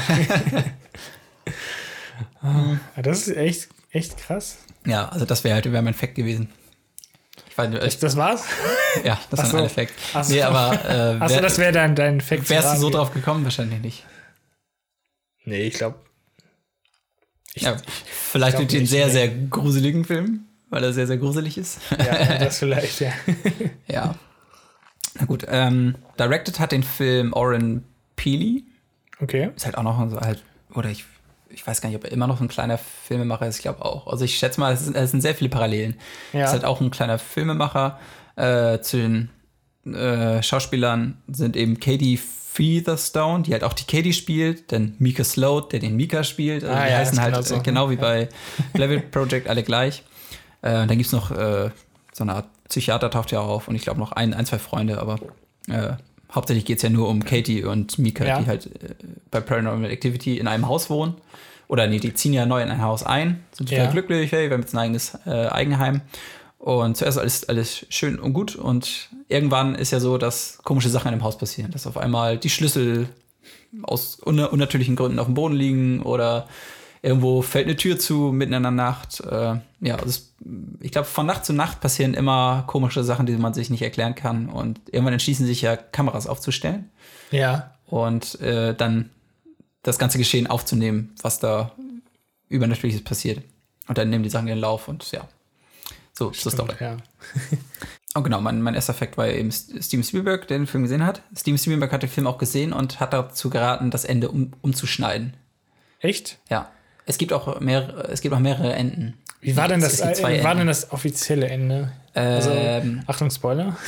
[SPEAKER 2] Ja, Ah, das ist echt, echt krass.
[SPEAKER 1] ja, also das wäre halt wär mein Fact gewesen. Ich weiß nicht,
[SPEAKER 2] Das war's?
[SPEAKER 1] ich, ja, das
[SPEAKER 2] Ach
[SPEAKER 1] ist
[SPEAKER 2] so.
[SPEAKER 1] ein Fact.
[SPEAKER 2] Ach so.
[SPEAKER 1] Nee, aber äh,
[SPEAKER 2] Achso,
[SPEAKER 1] wär,
[SPEAKER 2] das wäre dein, dein Fact. zu
[SPEAKER 1] wärst du so
[SPEAKER 2] Raten.
[SPEAKER 1] drauf gekommen? Wahrscheinlich nicht.
[SPEAKER 2] Nee, ich glaube. Ich,
[SPEAKER 1] Ja,
[SPEAKER 2] ja.
[SPEAKER 1] vielleicht
[SPEAKER 2] glaub
[SPEAKER 1] mit den
[SPEAKER 2] nicht,
[SPEAKER 1] sehr,
[SPEAKER 2] nee.
[SPEAKER 1] sehr gruseligen Film, weil er sehr, sehr gruselig ist.
[SPEAKER 2] das vielleicht, ja.
[SPEAKER 1] ja. Na gut, ähm, directed hat den Film Oren Peely.
[SPEAKER 2] Okay.
[SPEAKER 1] Ist halt auch noch so halt, oder ich, ich weiß gar nicht, ob er immer noch so ein kleiner Filmemacher ist, ich glaube auch. Also ich schätze mal, es sind, es sind sehr viele Parallelen.
[SPEAKER 2] Ja.
[SPEAKER 1] Ist halt auch ein kleiner Filmemacher. Äh, zu den äh, Schauspielern sind eben Katie Featherstone, die halt auch die Katie spielt, dann Mika Sloat, der den Mika spielt. Also
[SPEAKER 2] Ah,
[SPEAKER 1] die
[SPEAKER 2] ja,
[SPEAKER 1] heißen
[SPEAKER 2] ist
[SPEAKER 1] halt genau,
[SPEAKER 2] genau so.
[SPEAKER 1] äh, genau wie bei Level Project alle gleich. Äh, und dann gibt es noch äh, so eine Art Psychiater taucht ja auch auf und ich glaube noch ein, ein, zwei Freunde, aber äh, hauptsächlich geht es ja nur um Katie und Mika,
[SPEAKER 2] Ja.
[SPEAKER 1] die halt äh, bei Paranormal Activity in einem Haus wohnen. Oder nee, die ziehen ja neu in ein Haus ein, sind total
[SPEAKER 2] Ja.
[SPEAKER 1] glücklich, hey, wir haben jetzt ein eigenes äh, Eigenheim. Und zuerst alles, alles schön und gut. Und irgendwann ist ja so, dass komische Sachen in dem Haus passieren. Dass auf einmal die Schlüssel aus un unnatürlichen Gründen auf dem Boden liegen oder irgendwo fällt eine Tür zu mitten in der Nacht. Äh, ja, also es, ich glaube, von Nacht zu Nacht passieren immer komische Sachen, die man sich nicht erklären kann. Und irgendwann entschließen sich ja, Kameras aufzustellen
[SPEAKER 2] ja.
[SPEAKER 1] und äh, dann das ganze Geschehen aufzunehmen, was da übernatürliches passiert. Und dann nehmen die Sachen ihren Lauf und ja. So ist das doch.
[SPEAKER 2] Ja.
[SPEAKER 1] Oh, genau, mein, mein erster Fakt war eben St- Steven Spielberg, der den Film gesehen hat. Steven Spielberg hat den Film auch gesehen und hat dazu geraten, das Ende um, umzuschneiden.
[SPEAKER 2] Echt?
[SPEAKER 1] Ja. Es gibt auch mehrere, es gibt auch mehrere Enden.
[SPEAKER 2] Wie war, denn
[SPEAKER 1] Es-
[SPEAKER 2] das,
[SPEAKER 1] es gibt
[SPEAKER 2] äh,
[SPEAKER 1] zwei
[SPEAKER 2] wie war denn
[SPEAKER 1] Enden.
[SPEAKER 2] das offizielle Ende? Also,
[SPEAKER 1] Ähm.
[SPEAKER 2] Achtung, Spoiler.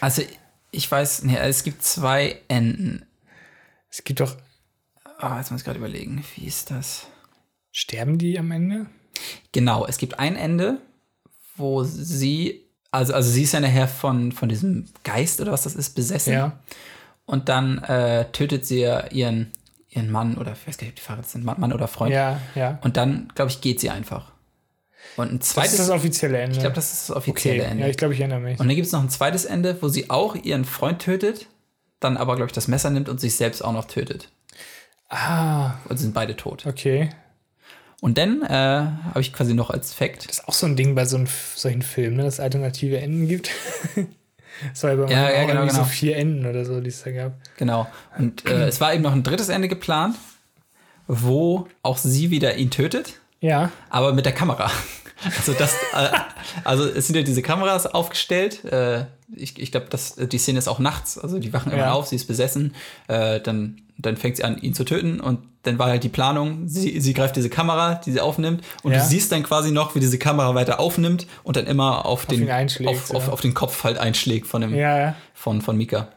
[SPEAKER 1] Also, ich weiß, nee, es gibt zwei Enden.
[SPEAKER 2] Es gibt doch.
[SPEAKER 1] Ah, jetzt muss ich gerade überlegen, wie ist das?
[SPEAKER 2] Sterben die am Ende?
[SPEAKER 1] Genau, es gibt ein Ende, wo sie, also, also sie ist ja nachher von, von diesem Geist oder was das ist, besessen.
[SPEAKER 2] Ja.
[SPEAKER 1] Und dann äh, tötet sie ja ihren, ihren Mann oder ich weiß gar nicht, ob die Fahrrad sind, Mann, Mann oder Freund.
[SPEAKER 2] Ja, ja.
[SPEAKER 1] Und dann, glaube ich, geht sie einfach. Und ein
[SPEAKER 2] Das
[SPEAKER 1] zweites,
[SPEAKER 2] ist das offizielle Ende.
[SPEAKER 1] ich glaube, das ist das offizielle
[SPEAKER 2] okay.
[SPEAKER 1] Ende.
[SPEAKER 2] Ja, ich glaube, ich erinnere mich.
[SPEAKER 1] und dann gibt es noch ein zweites Ende, wo sie auch ihren Freund tötet, dann aber, glaube ich, das Messer nimmt und sich selbst auch noch tötet.
[SPEAKER 2] ah,
[SPEAKER 1] Und sind beide tot.
[SPEAKER 2] okay.
[SPEAKER 1] Und dann äh, habe ich quasi noch als Fact.
[SPEAKER 2] Das ist auch so ein Ding bei so einem, solchen Filmen, ne, dass es alternative Enden gibt. das war ja bei
[SPEAKER 1] Ja,
[SPEAKER 2] Mario
[SPEAKER 1] ja,
[SPEAKER 2] auch
[SPEAKER 1] genau,
[SPEAKER 2] irgendwie so
[SPEAKER 1] genau.
[SPEAKER 2] vier Enden oder so, die es da gab.
[SPEAKER 1] Genau. Und äh, es war eben noch ein drittes Ende geplant, wo auch sie wieder ihn tötet,
[SPEAKER 2] Ja,
[SPEAKER 1] aber mit der Kamera. Also, das, äh, also es sind ja diese Kameras aufgestellt. Äh, ich ich glaube, die Szene ist auch nachts. Also die wachen immer
[SPEAKER 2] Ja.
[SPEAKER 1] auf, sie ist besessen. Äh, dann, dann fängt sie an, ihn zu töten. Und dann war halt die Planung, sie, sie greift diese Kamera, die sie aufnimmt. Und
[SPEAKER 2] Ja.
[SPEAKER 1] du siehst dann quasi noch, wie diese Kamera weiter aufnimmt und dann immer auf, den,
[SPEAKER 2] ihn einschlägt,
[SPEAKER 1] auf, auf,
[SPEAKER 2] ja.
[SPEAKER 1] auf den Kopf halt einschlägt von dem,
[SPEAKER 2] ja, ja.
[SPEAKER 1] von, von Mika.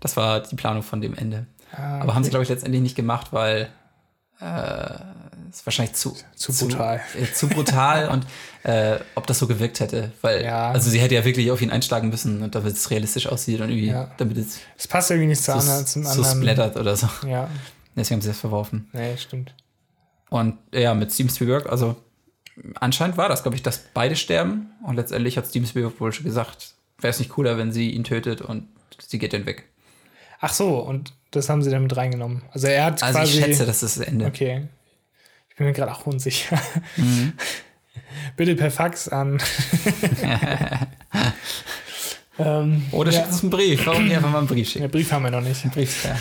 [SPEAKER 1] Das war die Planung von dem Ende.
[SPEAKER 2] Ah,
[SPEAKER 1] Aber haben sie, glaube ich, letztendlich nicht gemacht, weil äh, es wahrscheinlich zu,
[SPEAKER 2] Zu brutal.
[SPEAKER 1] Zu, äh, zu brutal und äh, ob das so gewirkt hätte. Weil,
[SPEAKER 2] Ja.
[SPEAKER 1] also sie hätte ja wirklich auf ihn einschlagen müssen, und damit es realistisch aussieht und irgendwie,
[SPEAKER 2] Ja.
[SPEAKER 1] damit es
[SPEAKER 2] Es passt irgendwie nicht zu
[SPEAKER 1] so,
[SPEAKER 2] anderen, zum
[SPEAKER 1] so
[SPEAKER 2] anderen.
[SPEAKER 1] splattert oder so.
[SPEAKER 2] Ja,
[SPEAKER 1] Deswegen haben sie das verworfen.
[SPEAKER 2] nee, stimmt.
[SPEAKER 1] Und ja, mit Steven Spielberg, also anscheinend war das, glaube ich, dass beide sterben. Und letztendlich hat Steven Spielberg wohl schon gesagt, wäre es nicht cooler, wenn sie ihn tötet und sie geht dann weg.
[SPEAKER 2] Ach so, und das haben sie dann mit reingenommen. Also er hat
[SPEAKER 1] Also
[SPEAKER 2] quasi.
[SPEAKER 1] ich schätze, das ist das Ende.
[SPEAKER 2] Okay. Ich bin mir gerade auch unsicher.
[SPEAKER 1] Mhm.
[SPEAKER 2] Bitte per Fax an. ähm,
[SPEAKER 1] Oder
[SPEAKER 2] ja.
[SPEAKER 1] schickt uns einen Brief. Warum nicht einfach mal einen Brief schicken?
[SPEAKER 2] Den Brief haben wir noch nicht.
[SPEAKER 1] Brief, ja.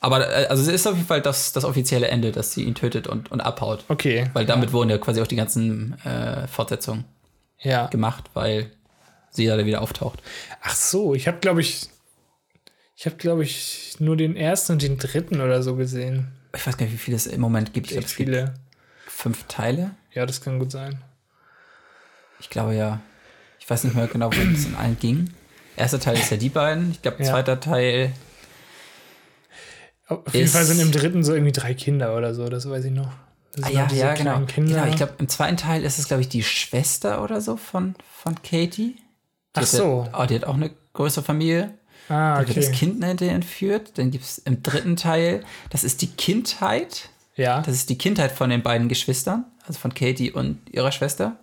[SPEAKER 1] Aber äh, also es ist auf jeden Fall das, das offizielle Ende, dass sie ihn tötet und, und abhaut.
[SPEAKER 2] Okay.
[SPEAKER 1] Weil damit wurden ja quasi auch die ganzen äh, Fortsetzungen
[SPEAKER 2] Ja.
[SPEAKER 1] gemacht, weil sie ja da wieder auftaucht.
[SPEAKER 2] Ach so, ich habe, glaube ich. Ich habe, glaube ich, nur den ersten und den dritten oder so gesehen.
[SPEAKER 1] Ich weiß gar nicht, wie viele es im Moment gibt. Ich glaube,
[SPEAKER 2] Echt
[SPEAKER 1] es gibt
[SPEAKER 2] viele.
[SPEAKER 1] fünf Teile.
[SPEAKER 2] Ja, das kann gut sein.
[SPEAKER 1] Ich glaube ja. Ich weiß nicht mehr genau, worum es in allen ging. Erster Teil ist ja die beiden. Ich glaube,
[SPEAKER 2] Ja.
[SPEAKER 1] zweiter Teil
[SPEAKER 2] Auf jeden
[SPEAKER 1] Ist-
[SPEAKER 2] Fall sind im dritten so irgendwie drei Kinder oder so, das weiß ich noch. Das
[SPEAKER 1] Ah,
[SPEAKER 2] sind
[SPEAKER 1] ja,
[SPEAKER 2] noch diese
[SPEAKER 1] ja, genau.
[SPEAKER 2] Also kleinen Kinder.
[SPEAKER 1] genau. Ich glaube, im zweiten Teil ist es, glaube ich, die Schwester oder so von, von Katie. Die
[SPEAKER 2] Ach
[SPEAKER 1] hatte-
[SPEAKER 2] so.
[SPEAKER 1] Oh, die hat auch eine größere Familie.
[SPEAKER 2] ah,
[SPEAKER 1] Da wird das
[SPEAKER 2] okay.
[SPEAKER 1] Kind hinterher entführt. Dann gibt es im dritten Teil, das ist die Kindheit
[SPEAKER 2] Ja.
[SPEAKER 1] Das ist die Kindheit von den beiden Geschwistern, also von Katie und ihrer Schwester.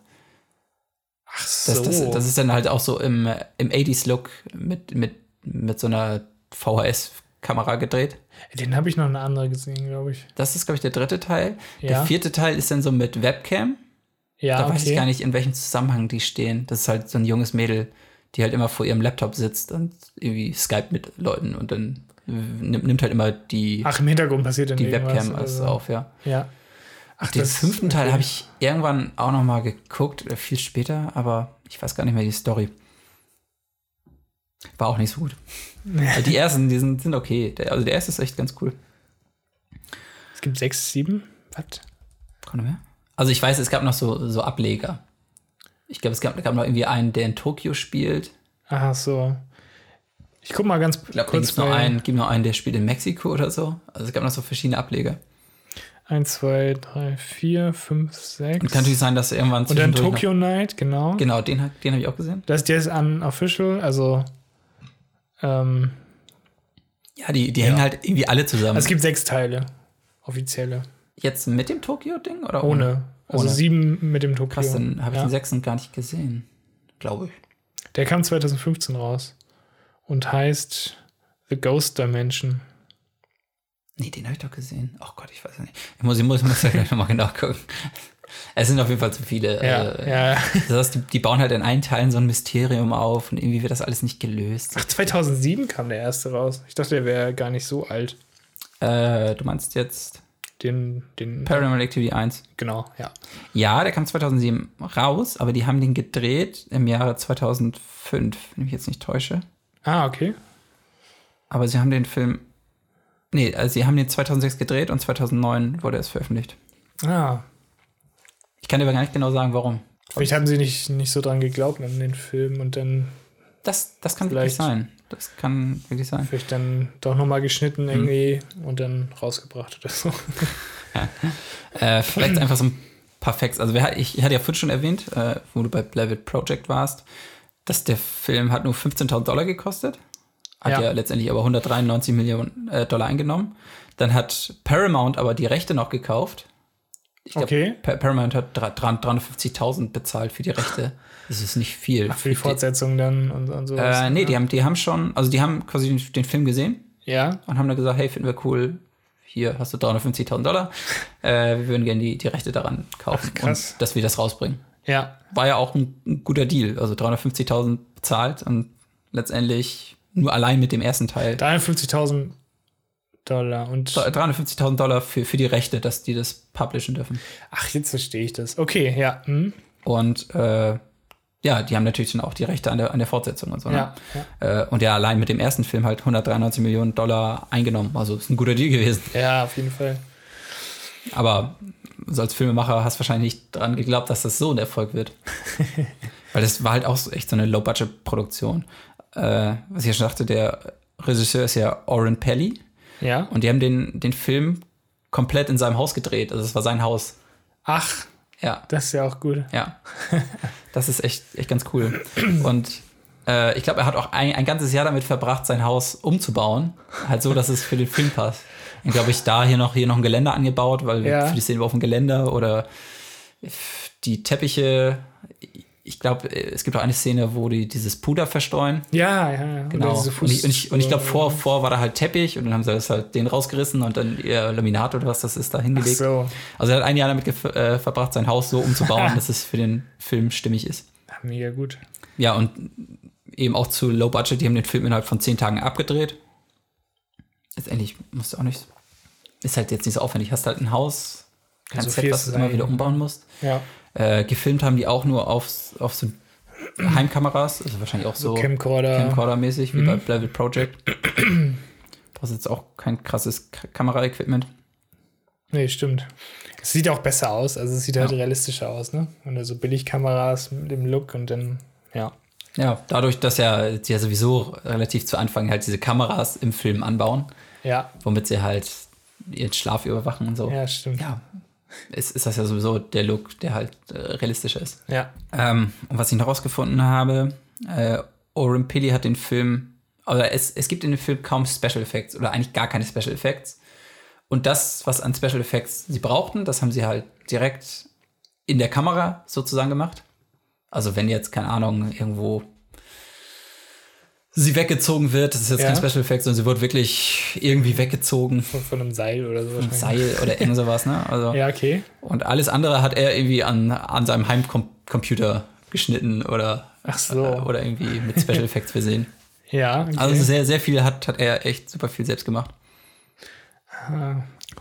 [SPEAKER 2] Ach
[SPEAKER 1] Das,
[SPEAKER 2] so.
[SPEAKER 1] das, das ist dann halt auch so im, äh, im 80s-Look mit, mit, mit so einer VHS-Kamera gedreht.
[SPEAKER 2] Den habe ich noch eine andere gesehen, glaube ich.
[SPEAKER 1] Das ist, glaube ich, der dritte Teil.
[SPEAKER 2] Ja.
[SPEAKER 1] Der vierte Teil ist dann so mit Webcam.
[SPEAKER 2] Ja,
[SPEAKER 1] Da
[SPEAKER 2] Ah, okay.
[SPEAKER 1] weiß ich gar nicht, in welchem Zusammenhang die stehen. Das ist halt so ein junges Mädel, die halt immer vor ihrem Laptop sitzt und irgendwie Skype mit Leuten und dann äh, nimmt, nimmt halt immer die,
[SPEAKER 2] Ach, im Hintergrund passiert dann
[SPEAKER 1] die
[SPEAKER 2] irgendwas
[SPEAKER 1] Webcam
[SPEAKER 2] oder
[SPEAKER 1] als
[SPEAKER 2] so.
[SPEAKER 1] auf, ja.
[SPEAKER 2] Ja. Ach,
[SPEAKER 1] Den
[SPEAKER 2] das-
[SPEAKER 1] fünften Teil
[SPEAKER 2] okay.
[SPEAKER 1] habe ich irgendwann auch noch mal geguckt, äh, viel später, aber ich weiß gar nicht mehr die Story. War auch nicht so gut. Also die ersten, die sind, sind okay. Der, also der erste ist echt ganz cool.
[SPEAKER 2] Es gibt sechs, sieben. Was?
[SPEAKER 1] Keine mehr. Also ich weiß, es gab noch so, so Ableger. Ich glaube, es gab, gab noch irgendwie einen, der in Tokio spielt.
[SPEAKER 2] Ach so. Ich guck mal ganz
[SPEAKER 1] Ich glaube, da
[SPEAKER 2] kurz
[SPEAKER 1] gibt es noch
[SPEAKER 2] bei-
[SPEAKER 1] einen, gibt noch einen, der spielt in Mexiko oder so. Also es gab noch so verschiedene Ableger.
[SPEAKER 2] 1, 2, 3, 4, 5, 6.
[SPEAKER 1] Und kann natürlich sein, dass irgendwann
[SPEAKER 2] Und dann
[SPEAKER 1] zwischendurch noch-
[SPEAKER 2] Tokyo Night, genau.
[SPEAKER 1] Genau, den, hab- den habe ich auch gesehen.
[SPEAKER 2] Das ist jetzt unofficial, also ähm,
[SPEAKER 1] Ja, die, die hängen halt irgendwie alle zusammen.
[SPEAKER 2] es gibt sechs Teile, offizielle,
[SPEAKER 1] Jetzt mit dem Tokio-Ding oder
[SPEAKER 2] ohne. Also
[SPEAKER 1] Oh, Ohne.
[SPEAKER 2] sieben mit dem Tokyo.
[SPEAKER 1] Krass, dann habe ich
[SPEAKER 2] ja.
[SPEAKER 1] den sechsten gar nicht gesehen. Glaube ich.
[SPEAKER 2] Der kam 2015 raus und heißt The Ghost Dimension.
[SPEAKER 1] Nee, den habe ich doch gesehen. Ach Gott, ich weiß ja nicht. Ich muss, ich muss, muss ja gleich nochmal genau gucken. Es sind auf jeden Fall zu viele.
[SPEAKER 2] Ja,
[SPEAKER 1] Also,
[SPEAKER 2] ja.
[SPEAKER 1] Das heißt, die, die bauen halt in allen Teilen so ein Mysterium auf und irgendwie wird das alles nicht gelöst.
[SPEAKER 2] Ach, 2007 kam der erste raus. Ich dachte, der wäre gar nicht so alt.
[SPEAKER 1] Äh, du meinst jetzt
[SPEAKER 2] Den, den,
[SPEAKER 1] Paranormal Activity 1?
[SPEAKER 2] genau, ja.
[SPEAKER 1] Ja, der kam 2007 raus, aber die haben den gedreht im Jahre 2005, wenn ich mich jetzt nicht täusche.
[SPEAKER 2] Ah, okay.
[SPEAKER 1] Aber sie haben den Film. Nee, also sie haben den 2006 gedreht und 2009 wurde es veröffentlicht.
[SPEAKER 2] Ah,
[SPEAKER 1] Ich kann dir aber gar nicht genau sagen, warum.
[SPEAKER 2] vielleicht haben sie nicht, nicht so dran geglaubt an den Film und dann
[SPEAKER 1] Das, das kann wirklich
[SPEAKER 2] Vielleicht.
[SPEAKER 1] sein. Das kann wirklich sein.
[SPEAKER 2] vielleicht dann doch nochmal geschnitten irgendwie und dann rausgebracht oder so.
[SPEAKER 1] Äh, vielleicht einfach so ein paar Facts. Also wir, ich, ich hatte ja vorhin schon erwähnt, äh, wo du bei Blavid Project warst, dass der Film hat nur 15.000 Dollar gekostet. Hat
[SPEAKER 2] Ja.
[SPEAKER 1] ja. letztendlich aber 193 Millionen äh, Dollar eingenommen. Dann hat Paramount aber die Rechte noch gekauft. Ich glaub,
[SPEAKER 2] Okay.
[SPEAKER 1] Pa- Paramount hat dra- dran- 350.000 bezahlt für die Rechte. Das ist nicht viel.
[SPEAKER 2] Für die Fortsetzung dann und, und sowas. ne?
[SPEAKER 1] Äh, nee, die haben, die haben schon, also die haben quasi den, den Film gesehen
[SPEAKER 2] Ja,
[SPEAKER 1] und haben dann gesagt, hey, finden wir cool, hier hast du 350.000 Dollar, äh, wir würden gerne die, die Rechte daran kaufen
[SPEAKER 2] krass.
[SPEAKER 1] und dass wir das rausbringen.
[SPEAKER 2] ja.
[SPEAKER 1] War ja auch ein, ein guter Deal, also 350.000 bezahlt und letztendlich nur allein mit dem ersten Teil
[SPEAKER 2] 53.000 Dollar. Und
[SPEAKER 1] 350.000 Dollar für, für die Rechte, dass die das publishen dürfen.
[SPEAKER 2] ach, jetzt verstehe ich das. Okay, ja. Hm,
[SPEAKER 1] Und äh, ja, die haben natürlich dann auch die Rechte an der, an der Fortsetzung und so. ne?
[SPEAKER 2] ja. ja.
[SPEAKER 1] Äh, und ja, allein mit dem ersten Film halt 193 Millionen Dollar eingenommen. Also ist ein guter Deal gewesen.
[SPEAKER 2] Ja, auf jeden Fall.
[SPEAKER 1] Aber so als Filmemacher hast du wahrscheinlich nicht dran geglaubt, dass das so ein Erfolg wird. Weil das war halt auch so echt so eine Low-Budget-Produktion. Äh, was ich ja schon dachte, der Regisseur ist ja Oren Pelly
[SPEAKER 2] Ja.
[SPEAKER 1] und die haben den, den Film komplett in seinem Haus gedreht. Also es war sein Haus.
[SPEAKER 2] Ach,
[SPEAKER 1] Ja,
[SPEAKER 2] das ist ja auch gut.
[SPEAKER 1] ja. Das ist echt, echt ganz cool. Und äh, ich glaube, er hat auch ein, ein ganzes Jahr damit verbracht, sein Haus umzubauen. Halt so, dass es für den Film passt. Und glaube ich, da hier noch, hier noch ein Geländer angebaut, weil
[SPEAKER 2] Ja.
[SPEAKER 1] für die Szene war auf dem Geländer oder die Teppiche. Ich glaube, es gibt auch eine Szene, wo die dieses Puder verstreuen.
[SPEAKER 2] Ja, ja, ja.
[SPEAKER 1] Genau.
[SPEAKER 2] Oder diese
[SPEAKER 1] Und ich, und ich, und ich glaube,
[SPEAKER 2] Fuß-
[SPEAKER 1] vor, vor war da halt Teppich und dann haben sie das halt den rausgerissen und dann ihr Laminat oder was das ist da
[SPEAKER 2] Ach
[SPEAKER 1] hingelegt.
[SPEAKER 2] so.
[SPEAKER 1] Also er hat ein Jahr damit gef- äh, verbracht, sein Haus so umzubauen, dass es für den Film stimmig ist.
[SPEAKER 2] Ah, Mega gut.
[SPEAKER 1] Ja, und eben auch zu Low Budget, die haben den Film innerhalb von zehn Tagen abgedreht. Letztendlich musst du auch nicht. Ist halt jetzt nicht so aufwendig. Hast halt ein Haus, kein
[SPEAKER 2] So viel
[SPEAKER 1] Set,
[SPEAKER 2] ist
[SPEAKER 1] was
[SPEAKER 2] es
[SPEAKER 1] du immer
[SPEAKER 2] eigentlich.
[SPEAKER 1] wieder umbauen musst.
[SPEAKER 2] Ja.
[SPEAKER 1] Äh, gefilmt haben die auch nur auf, auf so Heimkameras, also wahrscheinlich auch so
[SPEAKER 2] Camcorder.
[SPEAKER 1] Camcorder-mäßig, wie
[SPEAKER 2] Mhm.
[SPEAKER 1] bei Blavid Project. Brauchst jetzt auch kein krasses K Kameraequipment.
[SPEAKER 2] Nee, stimmt. Es sieht auch besser aus. Also es sieht halt realistischer aus, ne? Und also Billigkameras mit dem Look und dann, ja.
[SPEAKER 1] Ja, dadurch, dass ja, sie ja sowieso relativ zu Anfang halt diese Kameras im Film anbauen,
[SPEAKER 2] Ja,
[SPEAKER 1] womit sie halt ihren Schlaf überwachen und so.
[SPEAKER 2] ja, stimmt.
[SPEAKER 1] ja, ist, ist das ja sowieso der Look, der halt äh, realistischer ist.
[SPEAKER 2] Ja.
[SPEAKER 1] Ähm, und was ich noch rausgefunden habe, äh, Oren Pili hat den Film, oder es, es gibt in dem Film kaum Special Effects oder eigentlich gar keine Special Effects. Und das, was an Special Effects sie brauchten, das haben sie halt direkt in der Kamera sozusagen gemacht. Also wenn jetzt, keine Ahnung, irgendwo sie weggezogen wird, das ist jetzt
[SPEAKER 2] Ja.
[SPEAKER 1] kein Special Effect, sondern sie wird wirklich irgendwie weggezogen.
[SPEAKER 2] Von, von einem Seil oder so.
[SPEAKER 1] Ein
[SPEAKER 2] wahrscheinlich.
[SPEAKER 1] Seil oder irgend sowas, ne? Also,
[SPEAKER 2] Ja, okay.
[SPEAKER 1] Und alles andere hat er irgendwie an, an seinem Heimcomputer geschnitten oder,
[SPEAKER 2] Ach so.
[SPEAKER 1] äh, oder irgendwie mit Special Effects versehen.
[SPEAKER 2] Ja, okay.
[SPEAKER 1] Also sehr, sehr viel hat, hat er echt super viel selbst gemacht.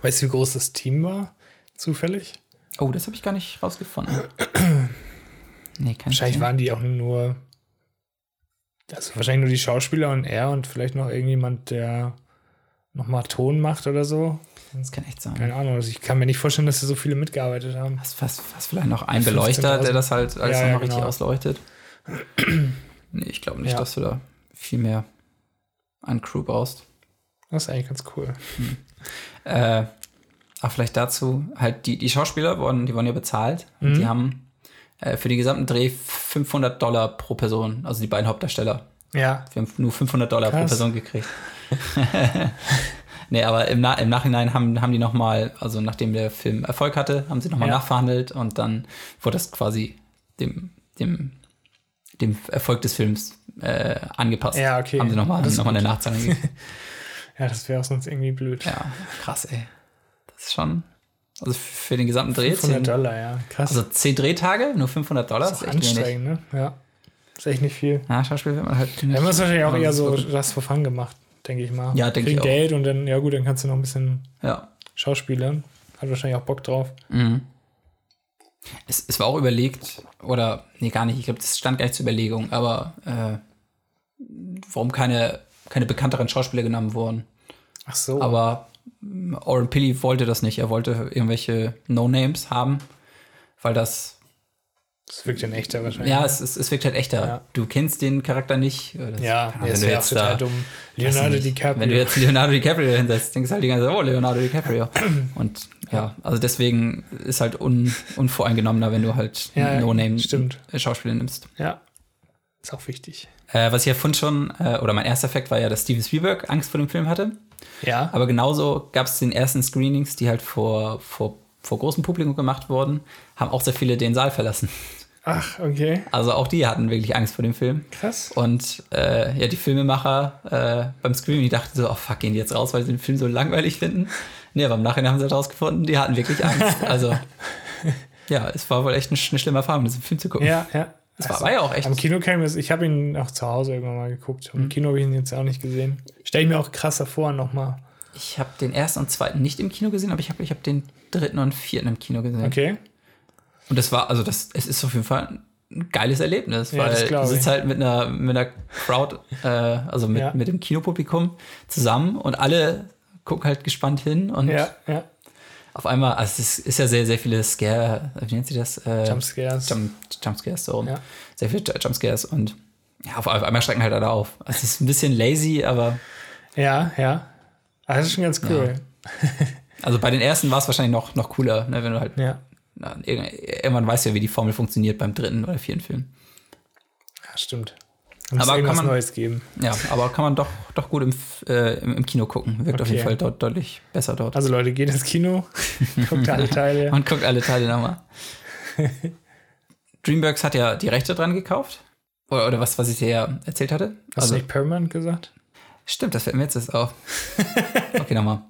[SPEAKER 2] weißt du, wie groß das Team war? Zufällig?
[SPEAKER 1] Oh, das habe ich gar nicht rausgefunden. Nee, kann ich
[SPEAKER 2] Wahrscheinlich
[SPEAKER 1] nicht.
[SPEAKER 2] waren die auch nur. Also wahrscheinlich nur die Schauspieler und er und vielleicht noch irgendjemand, der nochmal Ton macht oder so.
[SPEAKER 1] Das kann echt sein.
[SPEAKER 2] Keine Ahnung. Also ich kann mir nicht vorstellen, dass da so viele mitgearbeitet haben.
[SPEAKER 1] Was, was, was vielleicht noch ein Beleuchter,
[SPEAKER 2] 15.000.
[SPEAKER 1] der das halt alles nochmal
[SPEAKER 2] Ja, ja,
[SPEAKER 1] richtig
[SPEAKER 2] genau.
[SPEAKER 1] ausleuchtet. Nee, ich glaube nicht,
[SPEAKER 2] Ja.
[SPEAKER 1] dass du da viel mehr an Crew brauchst.
[SPEAKER 2] Das ist eigentlich ganz cool.
[SPEAKER 1] Äh, aber vielleicht dazu, halt die, die Schauspieler wurden, die wurden ja bezahlt.
[SPEAKER 2] Mhm.
[SPEAKER 1] Und die haben äh, für den gesamten Dreh 500 Dollar pro Person, also die beiden Hauptdarsteller.
[SPEAKER 2] Ja.
[SPEAKER 1] Wir haben nur 500 Dollar pro
[SPEAKER 2] Krass.
[SPEAKER 1] Person gekriegt. nee, aber im, Na im Nachhinein haben, haben die nochmal, also nachdem der Film Erfolg hatte, haben sie nochmal
[SPEAKER 2] Ja.
[SPEAKER 1] nachverhandelt und dann wurde das quasi dem, dem, dem Erfolg des Films äh, angepasst.
[SPEAKER 2] Ja, okay.
[SPEAKER 1] Haben sie nochmal
[SPEAKER 2] Das
[SPEAKER 1] noch
[SPEAKER 2] ist
[SPEAKER 1] mal eine Nachzahlung gegeben.
[SPEAKER 2] Ja, das wäre auch sonst irgendwie blöd.
[SPEAKER 1] ja, krass, ey. Das ist schon, also für den gesamten Dreh,
[SPEAKER 2] 500
[SPEAKER 1] zehn,
[SPEAKER 2] Dollar, ja. Krass.
[SPEAKER 1] also 10 Drehtage, nur 500 Dollar,
[SPEAKER 2] das ist auch anstrengend, ne? Ja. Ist echt nicht viel.
[SPEAKER 1] Ja, Schauspiel wird man halt
[SPEAKER 2] Ja,
[SPEAKER 1] nicht.
[SPEAKER 2] man ist wahrscheinlich auch
[SPEAKER 1] Ja,
[SPEAKER 2] eher
[SPEAKER 1] das
[SPEAKER 2] so
[SPEAKER 1] wird-
[SPEAKER 2] das for fun gemacht, denke ich mal.
[SPEAKER 1] Ja, denke
[SPEAKER 2] Kriegen
[SPEAKER 1] ich auch.
[SPEAKER 2] Geld und dann, ja gut, dann kannst du noch ein bisschen
[SPEAKER 1] Ja.
[SPEAKER 2] Schauspielern. Hat wahrscheinlich auch Bock drauf.
[SPEAKER 1] Mhm. Es, es war auch überlegt, oder, nee, gar nicht, ich glaube, das stand gar nicht zur Überlegung, aber äh, warum keine, keine bekannteren Schauspieler genommen wurden.
[SPEAKER 2] Ach so.
[SPEAKER 1] Aber mm, Oren Pili wollte das nicht, er wollte irgendwelche No-Names haben, weil das,
[SPEAKER 2] das wirkt dann echter wahrscheinlich.
[SPEAKER 1] ja, es, es, es wirkt halt echter.
[SPEAKER 2] Ja.
[SPEAKER 1] Du kennst den Charakter nicht. oder Das
[SPEAKER 2] Ja,
[SPEAKER 1] keine Ahnung,
[SPEAKER 2] ja das wäre auch total dumm. Leonardo
[SPEAKER 1] Weiß nicht.
[SPEAKER 2] DiCaprio.
[SPEAKER 1] Wenn du jetzt Leonardo DiCaprio hinsetzt, denkst du halt die ganze Zeit, oh, Leonardo DiCaprio. Und ja, also deswegen ist halt un, unvoreingenommener, wenn du halt
[SPEAKER 2] Ja, ja, stimmt.
[SPEAKER 1] No-Name-Schauspieler nimmst.
[SPEAKER 2] ja. Ist auch wichtig.
[SPEAKER 1] Äh, was ich ja vorhin schon, äh, oder mein erster Effekt war ja, dass Steven Spielberg Angst vor dem Film hatte.
[SPEAKER 2] Ja.
[SPEAKER 1] Aber genauso gab es den ersten Screenings, die halt vor, vor, vor großem Publikum gemacht wurden, haben auch sehr viele den Saal verlassen.
[SPEAKER 2] Ach, okay.
[SPEAKER 1] Also auch die hatten wirklich Angst vor dem Film.
[SPEAKER 2] Krass.
[SPEAKER 1] Und äh, ja, die Filmemacher äh, beim Screening die dachten so, oh fuck, gehen die jetzt raus, weil sie den Film so langweilig finden. Nee, aber im Nachhinein haben sie herausgefunden, die hatten wirklich Angst. Also ja, es war wohl echt ein, sch- eine schlimme Erfahrung, diesen Film zu gucken.
[SPEAKER 2] Ja, ja.
[SPEAKER 1] Das war, war ja auch echt. Mhm.
[SPEAKER 2] Am Kino kann ich mir das, ich habe ihn auch zu Hause irgendwann mal geguckt. Im Kino habe ich ihn jetzt auch nicht gesehen. Stell ich mir auch krasser vor nochmal.
[SPEAKER 1] Ich habe den ersten und zweiten nicht im Kino gesehen, aber ich habe ich hab den dritten und vierten im Kino gesehen.
[SPEAKER 2] Okay.
[SPEAKER 1] Und das war, also das, es ist auf jeden Fall ein geiles Erlebnis,
[SPEAKER 2] Ja, das
[SPEAKER 1] weil
[SPEAKER 2] glaub
[SPEAKER 1] du sitzt
[SPEAKER 2] ich.
[SPEAKER 1] halt mit einer, mit einer Crowd, äh, also mit,
[SPEAKER 2] Ja.
[SPEAKER 1] mit dem Kinopublikum zusammen und alle gucken halt gespannt hin und
[SPEAKER 2] Ja, ja.
[SPEAKER 1] auf einmal, also es ist, ist ja sehr, sehr viele Scare, wie nennt sie das? Äh,
[SPEAKER 2] Jumpscares.
[SPEAKER 1] Jump, Jumpscares, so.
[SPEAKER 2] Ja.
[SPEAKER 1] Sehr viele Ju- Jumpscares und ja, auf, auf einmal schrecken halt alle auf. Also es ist ein bisschen lazy, aber
[SPEAKER 2] ja, ja. Ah, das ist schon ganz cool.
[SPEAKER 1] also bei den ersten war es wahrscheinlich noch, noch cooler, ne, wenn du halt,
[SPEAKER 2] Ja.
[SPEAKER 1] na, irg- irgendwann weißt du ja, wie die Formel funktioniert beim dritten oder vierten Film.
[SPEAKER 2] Ah, stimmt. Da muss
[SPEAKER 1] Aber
[SPEAKER 2] irgendwas
[SPEAKER 1] kann man-
[SPEAKER 2] Neues geben.
[SPEAKER 1] Ja, aber kann man doch, doch gut im, F- äh, im, im Kino gucken. Wirkt auf
[SPEAKER 2] Okay.
[SPEAKER 1] jeden Fall dort deutlich besser dort.
[SPEAKER 2] Also Leute, geht ins Kino, guckt alle Teile.
[SPEAKER 1] Man guckt alle Teile nochmal. Dreamworks hat ja die Rechte dran gekauft. Oder, oder was, was ich dir ja erzählt hatte. Also
[SPEAKER 2] Hast du nicht permanent gesagt?
[SPEAKER 1] Stimmt, das fällt mir jetzt erst auf. Okay, nochmal.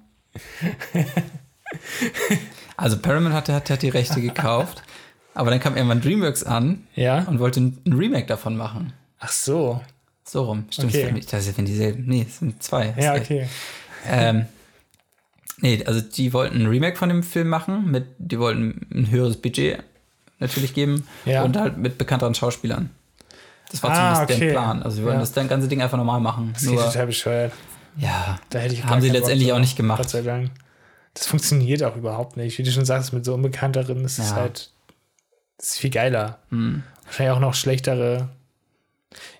[SPEAKER 1] Also Paramount hat, hat, hat die Rechte gekauft, aber dann kam irgendwann DreamWorks an
[SPEAKER 2] Ja.
[SPEAKER 1] und wollte ein ein Remake davon machen.
[SPEAKER 2] Ach so.
[SPEAKER 1] So rum. Stimmt,
[SPEAKER 2] Okay.
[SPEAKER 1] das, fällt mir, das sind dieselben. Nee, es sind zwei. Das
[SPEAKER 2] Ja,
[SPEAKER 1] ist echt-
[SPEAKER 2] okay.
[SPEAKER 1] Ähm, nee, also die wollten ein Remake von dem Film machen, mit, die wollten ein höheres Budget natürlich geben
[SPEAKER 2] Ja.
[SPEAKER 1] und halt mit bekannteren Schauspielern. Das war
[SPEAKER 2] Ah,
[SPEAKER 1] zumindest
[SPEAKER 2] okay.
[SPEAKER 1] der Plan. Also sie wollten
[SPEAKER 2] Ja.
[SPEAKER 1] das dann- ganze Ding einfach normal machen.
[SPEAKER 2] Das ist
[SPEAKER 1] Nur,
[SPEAKER 2] total bescheuert.
[SPEAKER 1] ja,
[SPEAKER 2] Da hätte ich gar
[SPEAKER 1] haben sie
[SPEAKER 2] keinen Bock
[SPEAKER 1] letztendlich
[SPEAKER 2] drauf.
[SPEAKER 1] auch nicht gemacht.
[SPEAKER 2] Gott sei Dank. Das funktioniert auch überhaupt nicht. Wie du schon sagst, mit so Unbekannteren ist es
[SPEAKER 1] Ja. Hm.
[SPEAKER 2] halt das ist viel geiler. Wahrscheinlich auch noch schlechtere.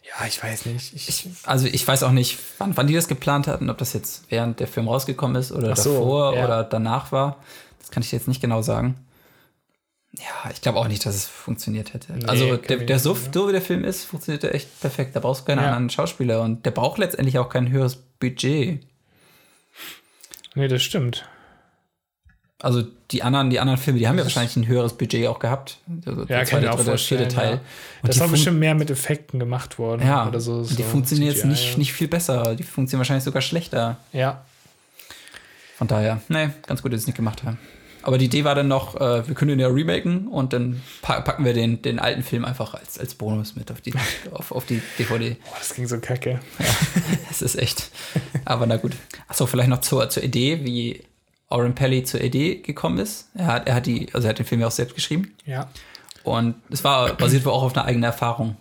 [SPEAKER 2] Ja, ich weiß nicht. Ich,
[SPEAKER 1] Ich, also ich weiß auch nicht, wann, wann die das geplant hatten, ob das jetzt während der Film rausgekommen ist oder
[SPEAKER 2] Ach so,
[SPEAKER 1] davor
[SPEAKER 2] ja.
[SPEAKER 1] oder danach war. Das kann ich jetzt nicht genau sagen. Ja, ich glaube auch nicht, dass es funktioniert hätte. also
[SPEAKER 2] kann
[SPEAKER 1] der,
[SPEAKER 2] mir
[SPEAKER 1] der
[SPEAKER 2] nicht ne?
[SPEAKER 1] so, so wie der Film ist, funktioniert er echt perfekt. Da brauchst du keine
[SPEAKER 2] Ja.
[SPEAKER 1] anderen Schauspieler und der braucht letztendlich auch kein höheres Budget.
[SPEAKER 2] nee, das stimmt.
[SPEAKER 1] Also die anderen, die anderen Filme, die haben ja wahrscheinlich ein höheres Budget auch gehabt. Also
[SPEAKER 2] Ja,
[SPEAKER 1] der
[SPEAKER 2] kann ich
[SPEAKER 1] zweite,
[SPEAKER 2] mir auch
[SPEAKER 1] dritte,
[SPEAKER 2] vorstellen.
[SPEAKER 1] vierte Teil.
[SPEAKER 2] Ja.
[SPEAKER 1] Und
[SPEAKER 2] Das
[SPEAKER 1] die
[SPEAKER 2] war
[SPEAKER 1] fun-
[SPEAKER 2] bestimmt mehr mit Effekten gemacht worden.
[SPEAKER 1] Ja,
[SPEAKER 2] oder so.
[SPEAKER 1] und die
[SPEAKER 2] so
[SPEAKER 1] funktionieren jetzt
[SPEAKER 2] CGI,
[SPEAKER 1] nicht, nicht viel besser. Die funktionieren wahrscheinlich sogar schlechter.
[SPEAKER 2] Ja,
[SPEAKER 1] Von daher, nee, ganz gut, dass sie es nicht gemacht haben. Aber die Idee war dann noch, äh, wir können den ja remaken und dann pa packen wir den, den alten Film einfach als, als Bonus mit auf die, auf, auf die DVD.
[SPEAKER 2] Boah, das ging so kacke.
[SPEAKER 1] Das ist echt. Aber na gut. Achso, vielleicht noch zur, zur Idee, wie Oren Pelly zur Idee gekommen ist. Er hat, er hat die, also er hat den Film ja auch selbst geschrieben.
[SPEAKER 2] Ja,
[SPEAKER 1] Und es war basiert wohl auch auf einer eigenen Erfahrung.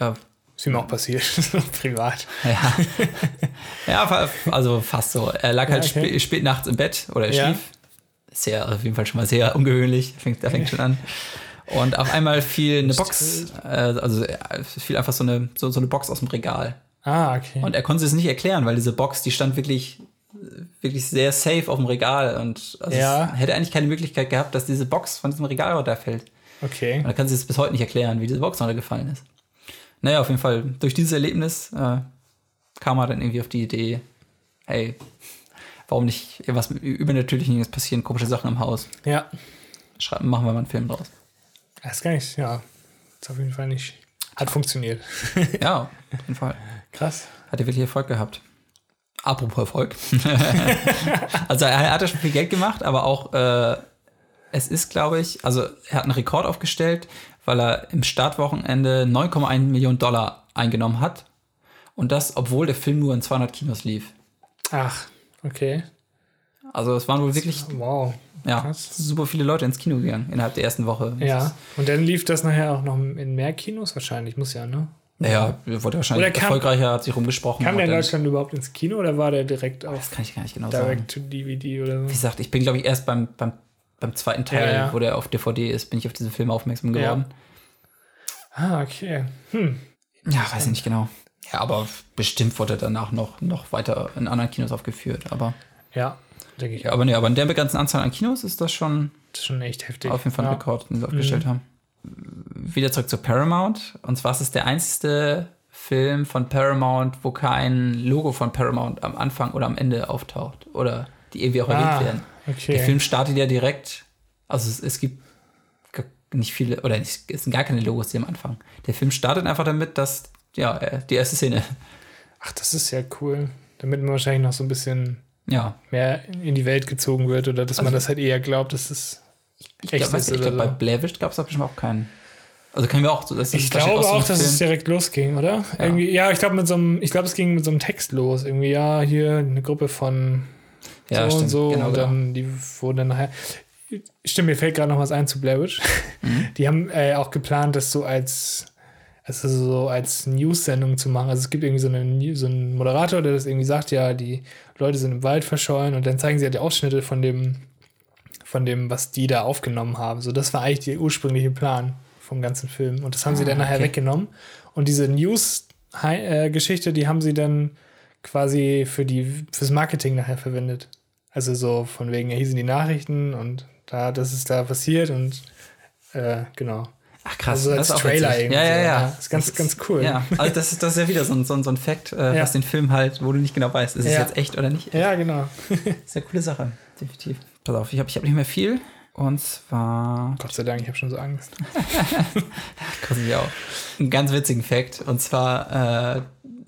[SPEAKER 1] Ja,
[SPEAKER 2] ist ihm auch passiert. Privat.
[SPEAKER 1] ja. ja, fa- also fast so. Er lag halt
[SPEAKER 2] okay.
[SPEAKER 1] spä- spät nachts im Bett oder er
[SPEAKER 2] Ja.
[SPEAKER 1] schlief. Ist ja auf jeden Fall schon mal sehr ungewöhnlich. Fängt, da fängt schon an. Und auf einmal fiel eine Box, äh, also äh, fiel einfach so eine, so, so eine Box aus dem Regal.
[SPEAKER 2] Ah, okay.
[SPEAKER 1] Und er konnte es nicht erklären, weil diese Box, die stand wirklich, wirklich sehr safe auf dem Regal und also
[SPEAKER 2] Ja.
[SPEAKER 1] es hätte eigentlich keine Möglichkeit gehabt, dass diese Box von diesem Regal runterfällt.
[SPEAKER 2] okay.
[SPEAKER 1] Und er kann sich jetzt bis heute nicht erklären, wie diese Box runtergefallen ist. Naja, auf jeden Fall, durch dieses Erlebnis äh, kam er dann irgendwie auf die Idee, hey, warum nicht irgendwas mit Übernatürlichem passieren, komische Sachen im Haus.
[SPEAKER 2] Ja,
[SPEAKER 1] Schreiben, machen wir mal einen Film draus.
[SPEAKER 2] das ist gar nicht, ja. Ist auf jeden Fall nicht. Hat funktioniert.
[SPEAKER 1] ja, auf jeden Fall.
[SPEAKER 2] Krass.
[SPEAKER 1] Hat er wirklich Erfolg gehabt. Apropos Erfolg. also er hat ja schon viel Geld gemacht, aber auch äh, es ist, glaube ich, also er hat einen Rekord aufgestellt, weil er im Startwochenende 9,1 Millionen Dollar eingenommen hat. Und das, obwohl der Film nur in 200 Kinos lief.
[SPEAKER 2] Ach, okay.
[SPEAKER 1] Also es waren wohl wirklich
[SPEAKER 2] Wow.
[SPEAKER 1] ja,
[SPEAKER 2] krass.
[SPEAKER 1] super viele Leute ins Kino gegangen innerhalb der ersten Woche.
[SPEAKER 2] Ja. Und dann lief das nachher auch noch in mehr Kinos wahrscheinlich, muss ja, ne?
[SPEAKER 1] Naja, wurde wahrscheinlich
[SPEAKER 2] Oder kam-
[SPEAKER 1] erfolgreicher, hat sich rumgesprochen.
[SPEAKER 2] Kam der
[SPEAKER 1] und
[SPEAKER 2] in
[SPEAKER 1] dann-
[SPEAKER 2] Deutschland überhaupt ins Kino oder war der direkt
[SPEAKER 1] das
[SPEAKER 2] auf
[SPEAKER 1] kann ich gar nicht genau sagen.
[SPEAKER 2] Direct-to-DVD oder
[SPEAKER 1] wie
[SPEAKER 2] so?
[SPEAKER 1] gesagt, ich bin, glaube ich, erst beim, beim, beim zweiten Teil,
[SPEAKER 2] Ja, ja.
[SPEAKER 1] wo der auf DVD ist, bin ich auf diesen Film aufmerksam geworden.
[SPEAKER 2] Ah, okay. Hm.
[SPEAKER 1] Ja, weiß ich nicht genau. Ja, aber bestimmt wurde er danach noch, noch weiter in anderen Kinos aufgeführt. Aber,
[SPEAKER 2] Ja, denke ich.
[SPEAKER 1] ja, aber, nee, aber in der ganzen Anzahl an Kinos ist das schon
[SPEAKER 2] Das ist schon echt heftig.
[SPEAKER 1] auf jeden Fall ein
[SPEAKER 2] ja. Mhm.
[SPEAKER 1] Rekord, den sie aufgestellt haben. Wieder zurück zu Paramount. Und zwar ist es der einzige Film von Paramount, wo kein Logo von Paramount am Anfang oder am Ende auftaucht. Oder die irgendwie auch
[SPEAKER 2] Ah,
[SPEAKER 1] erwähnt werden.
[SPEAKER 2] okay.
[SPEAKER 1] Der Film startet ja direkt, also es, es gibt g- nicht viele, oder nicht, es sind gar keine Logos, die am Anfang. Der Film startet einfach damit, dass, ja, äh, die erste Szene,
[SPEAKER 2] Ach, das ist ja cool. Damit man wahrscheinlich noch so ein bisschen
[SPEAKER 1] ja.
[SPEAKER 2] mehr in die Welt gezogen wird oder dass man
[SPEAKER 1] Also-
[SPEAKER 2] das halt eher glaubt, dass es
[SPEAKER 1] Ich
[SPEAKER 2] Echt
[SPEAKER 1] glaube,
[SPEAKER 2] ist
[SPEAKER 1] ich
[SPEAKER 2] oder
[SPEAKER 1] glaub, bei
[SPEAKER 2] so.
[SPEAKER 1] Blairwitch gab es da bestimmt auch keinen. Also können wir auch, so- das ist
[SPEAKER 2] Ich
[SPEAKER 1] wahrscheinlich
[SPEAKER 2] glaube
[SPEAKER 1] so ein
[SPEAKER 2] auch, dass
[SPEAKER 1] Film-
[SPEAKER 2] es direkt losging, oder? Ja. Irgendwie, ja, ich glaube mit so einem, ich glaube, es ging mit so einem Text los. Irgendwie, ja, hier eine Gruppe von so
[SPEAKER 1] ja,
[SPEAKER 2] und
[SPEAKER 1] stimmt,
[SPEAKER 2] so
[SPEAKER 1] genau,
[SPEAKER 2] und
[SPEAKER 1] genau.
[SPEAKER 2] dann die wurden dann nachher. Stimmt, mir fällt gerade noch was ein zu Blair Witch.
[SPEAKER 1] Mhm.
[SPEAKER 2] Die haben äh, auch geplant, das so als also so als News-Sendung zu machen. Also es gibt irgendwie so, eine, New- so einen Moderator, der das irgendwie sagt, ja, die Leute sind im Wald verschollen und dann zeigen sie halt die Ausschnitte von dem, von dem, was die da aufgenommen haben. So, das war eigentlich der ursprüngliche Plan vom ganzen Film. Und das haben sie dann nachher
[SPEAKER 1] okay.
[SPEAKER 2] weggenommen. Und diese News-Geschichte, die haben sie dann quasi für die, fürs Marketing nachher verwendet. Also so von wegen, ja, hier sind die Nachrichten und da, das ist da passiert und äh, genau.
[SPEAKER 1] Ach krass,
[SPEAKER 2] also als
[SPEAKER 1] das ist auch
[SPEAKER 2] Trailer
[SPEAKER 1] witzig.
[SPEAKER 2] irgendwie
[SPEAKER 1] Ja, ja,
[SPEAKER 2] so,
[SPEAKER 1] ja.
[SPEAKER 2] ja. Ist ganz-
[SPEAKER 1] Das
[SPEAKER 2] ganz cool.
[SPEAKER 1] Ja, also das ist, das ist ja wieder so ein, so ein, so ein Fact, äh,
[SPEAKER 2] Ja.
[SPEAKER 1] was den Film halt, wo du nicht genau weißt, ist es
[SPEAKER 2] Ja.
[SPEAKER 1] jetzt echt oder nicht.
[SPEAKER 2] Ja, genau.
[SPEAKER 1] Sehr coole Sache, definitiv. Pass auf, ich habe ich hab nicht mehr viel. Und zwar
[SPEAKER 2] Gott sei Dank, ich habe schon so Angst.
[SPEAKER 1] Kosten wir auch. Einen ganz witzigen Fact. Und zwar, äh,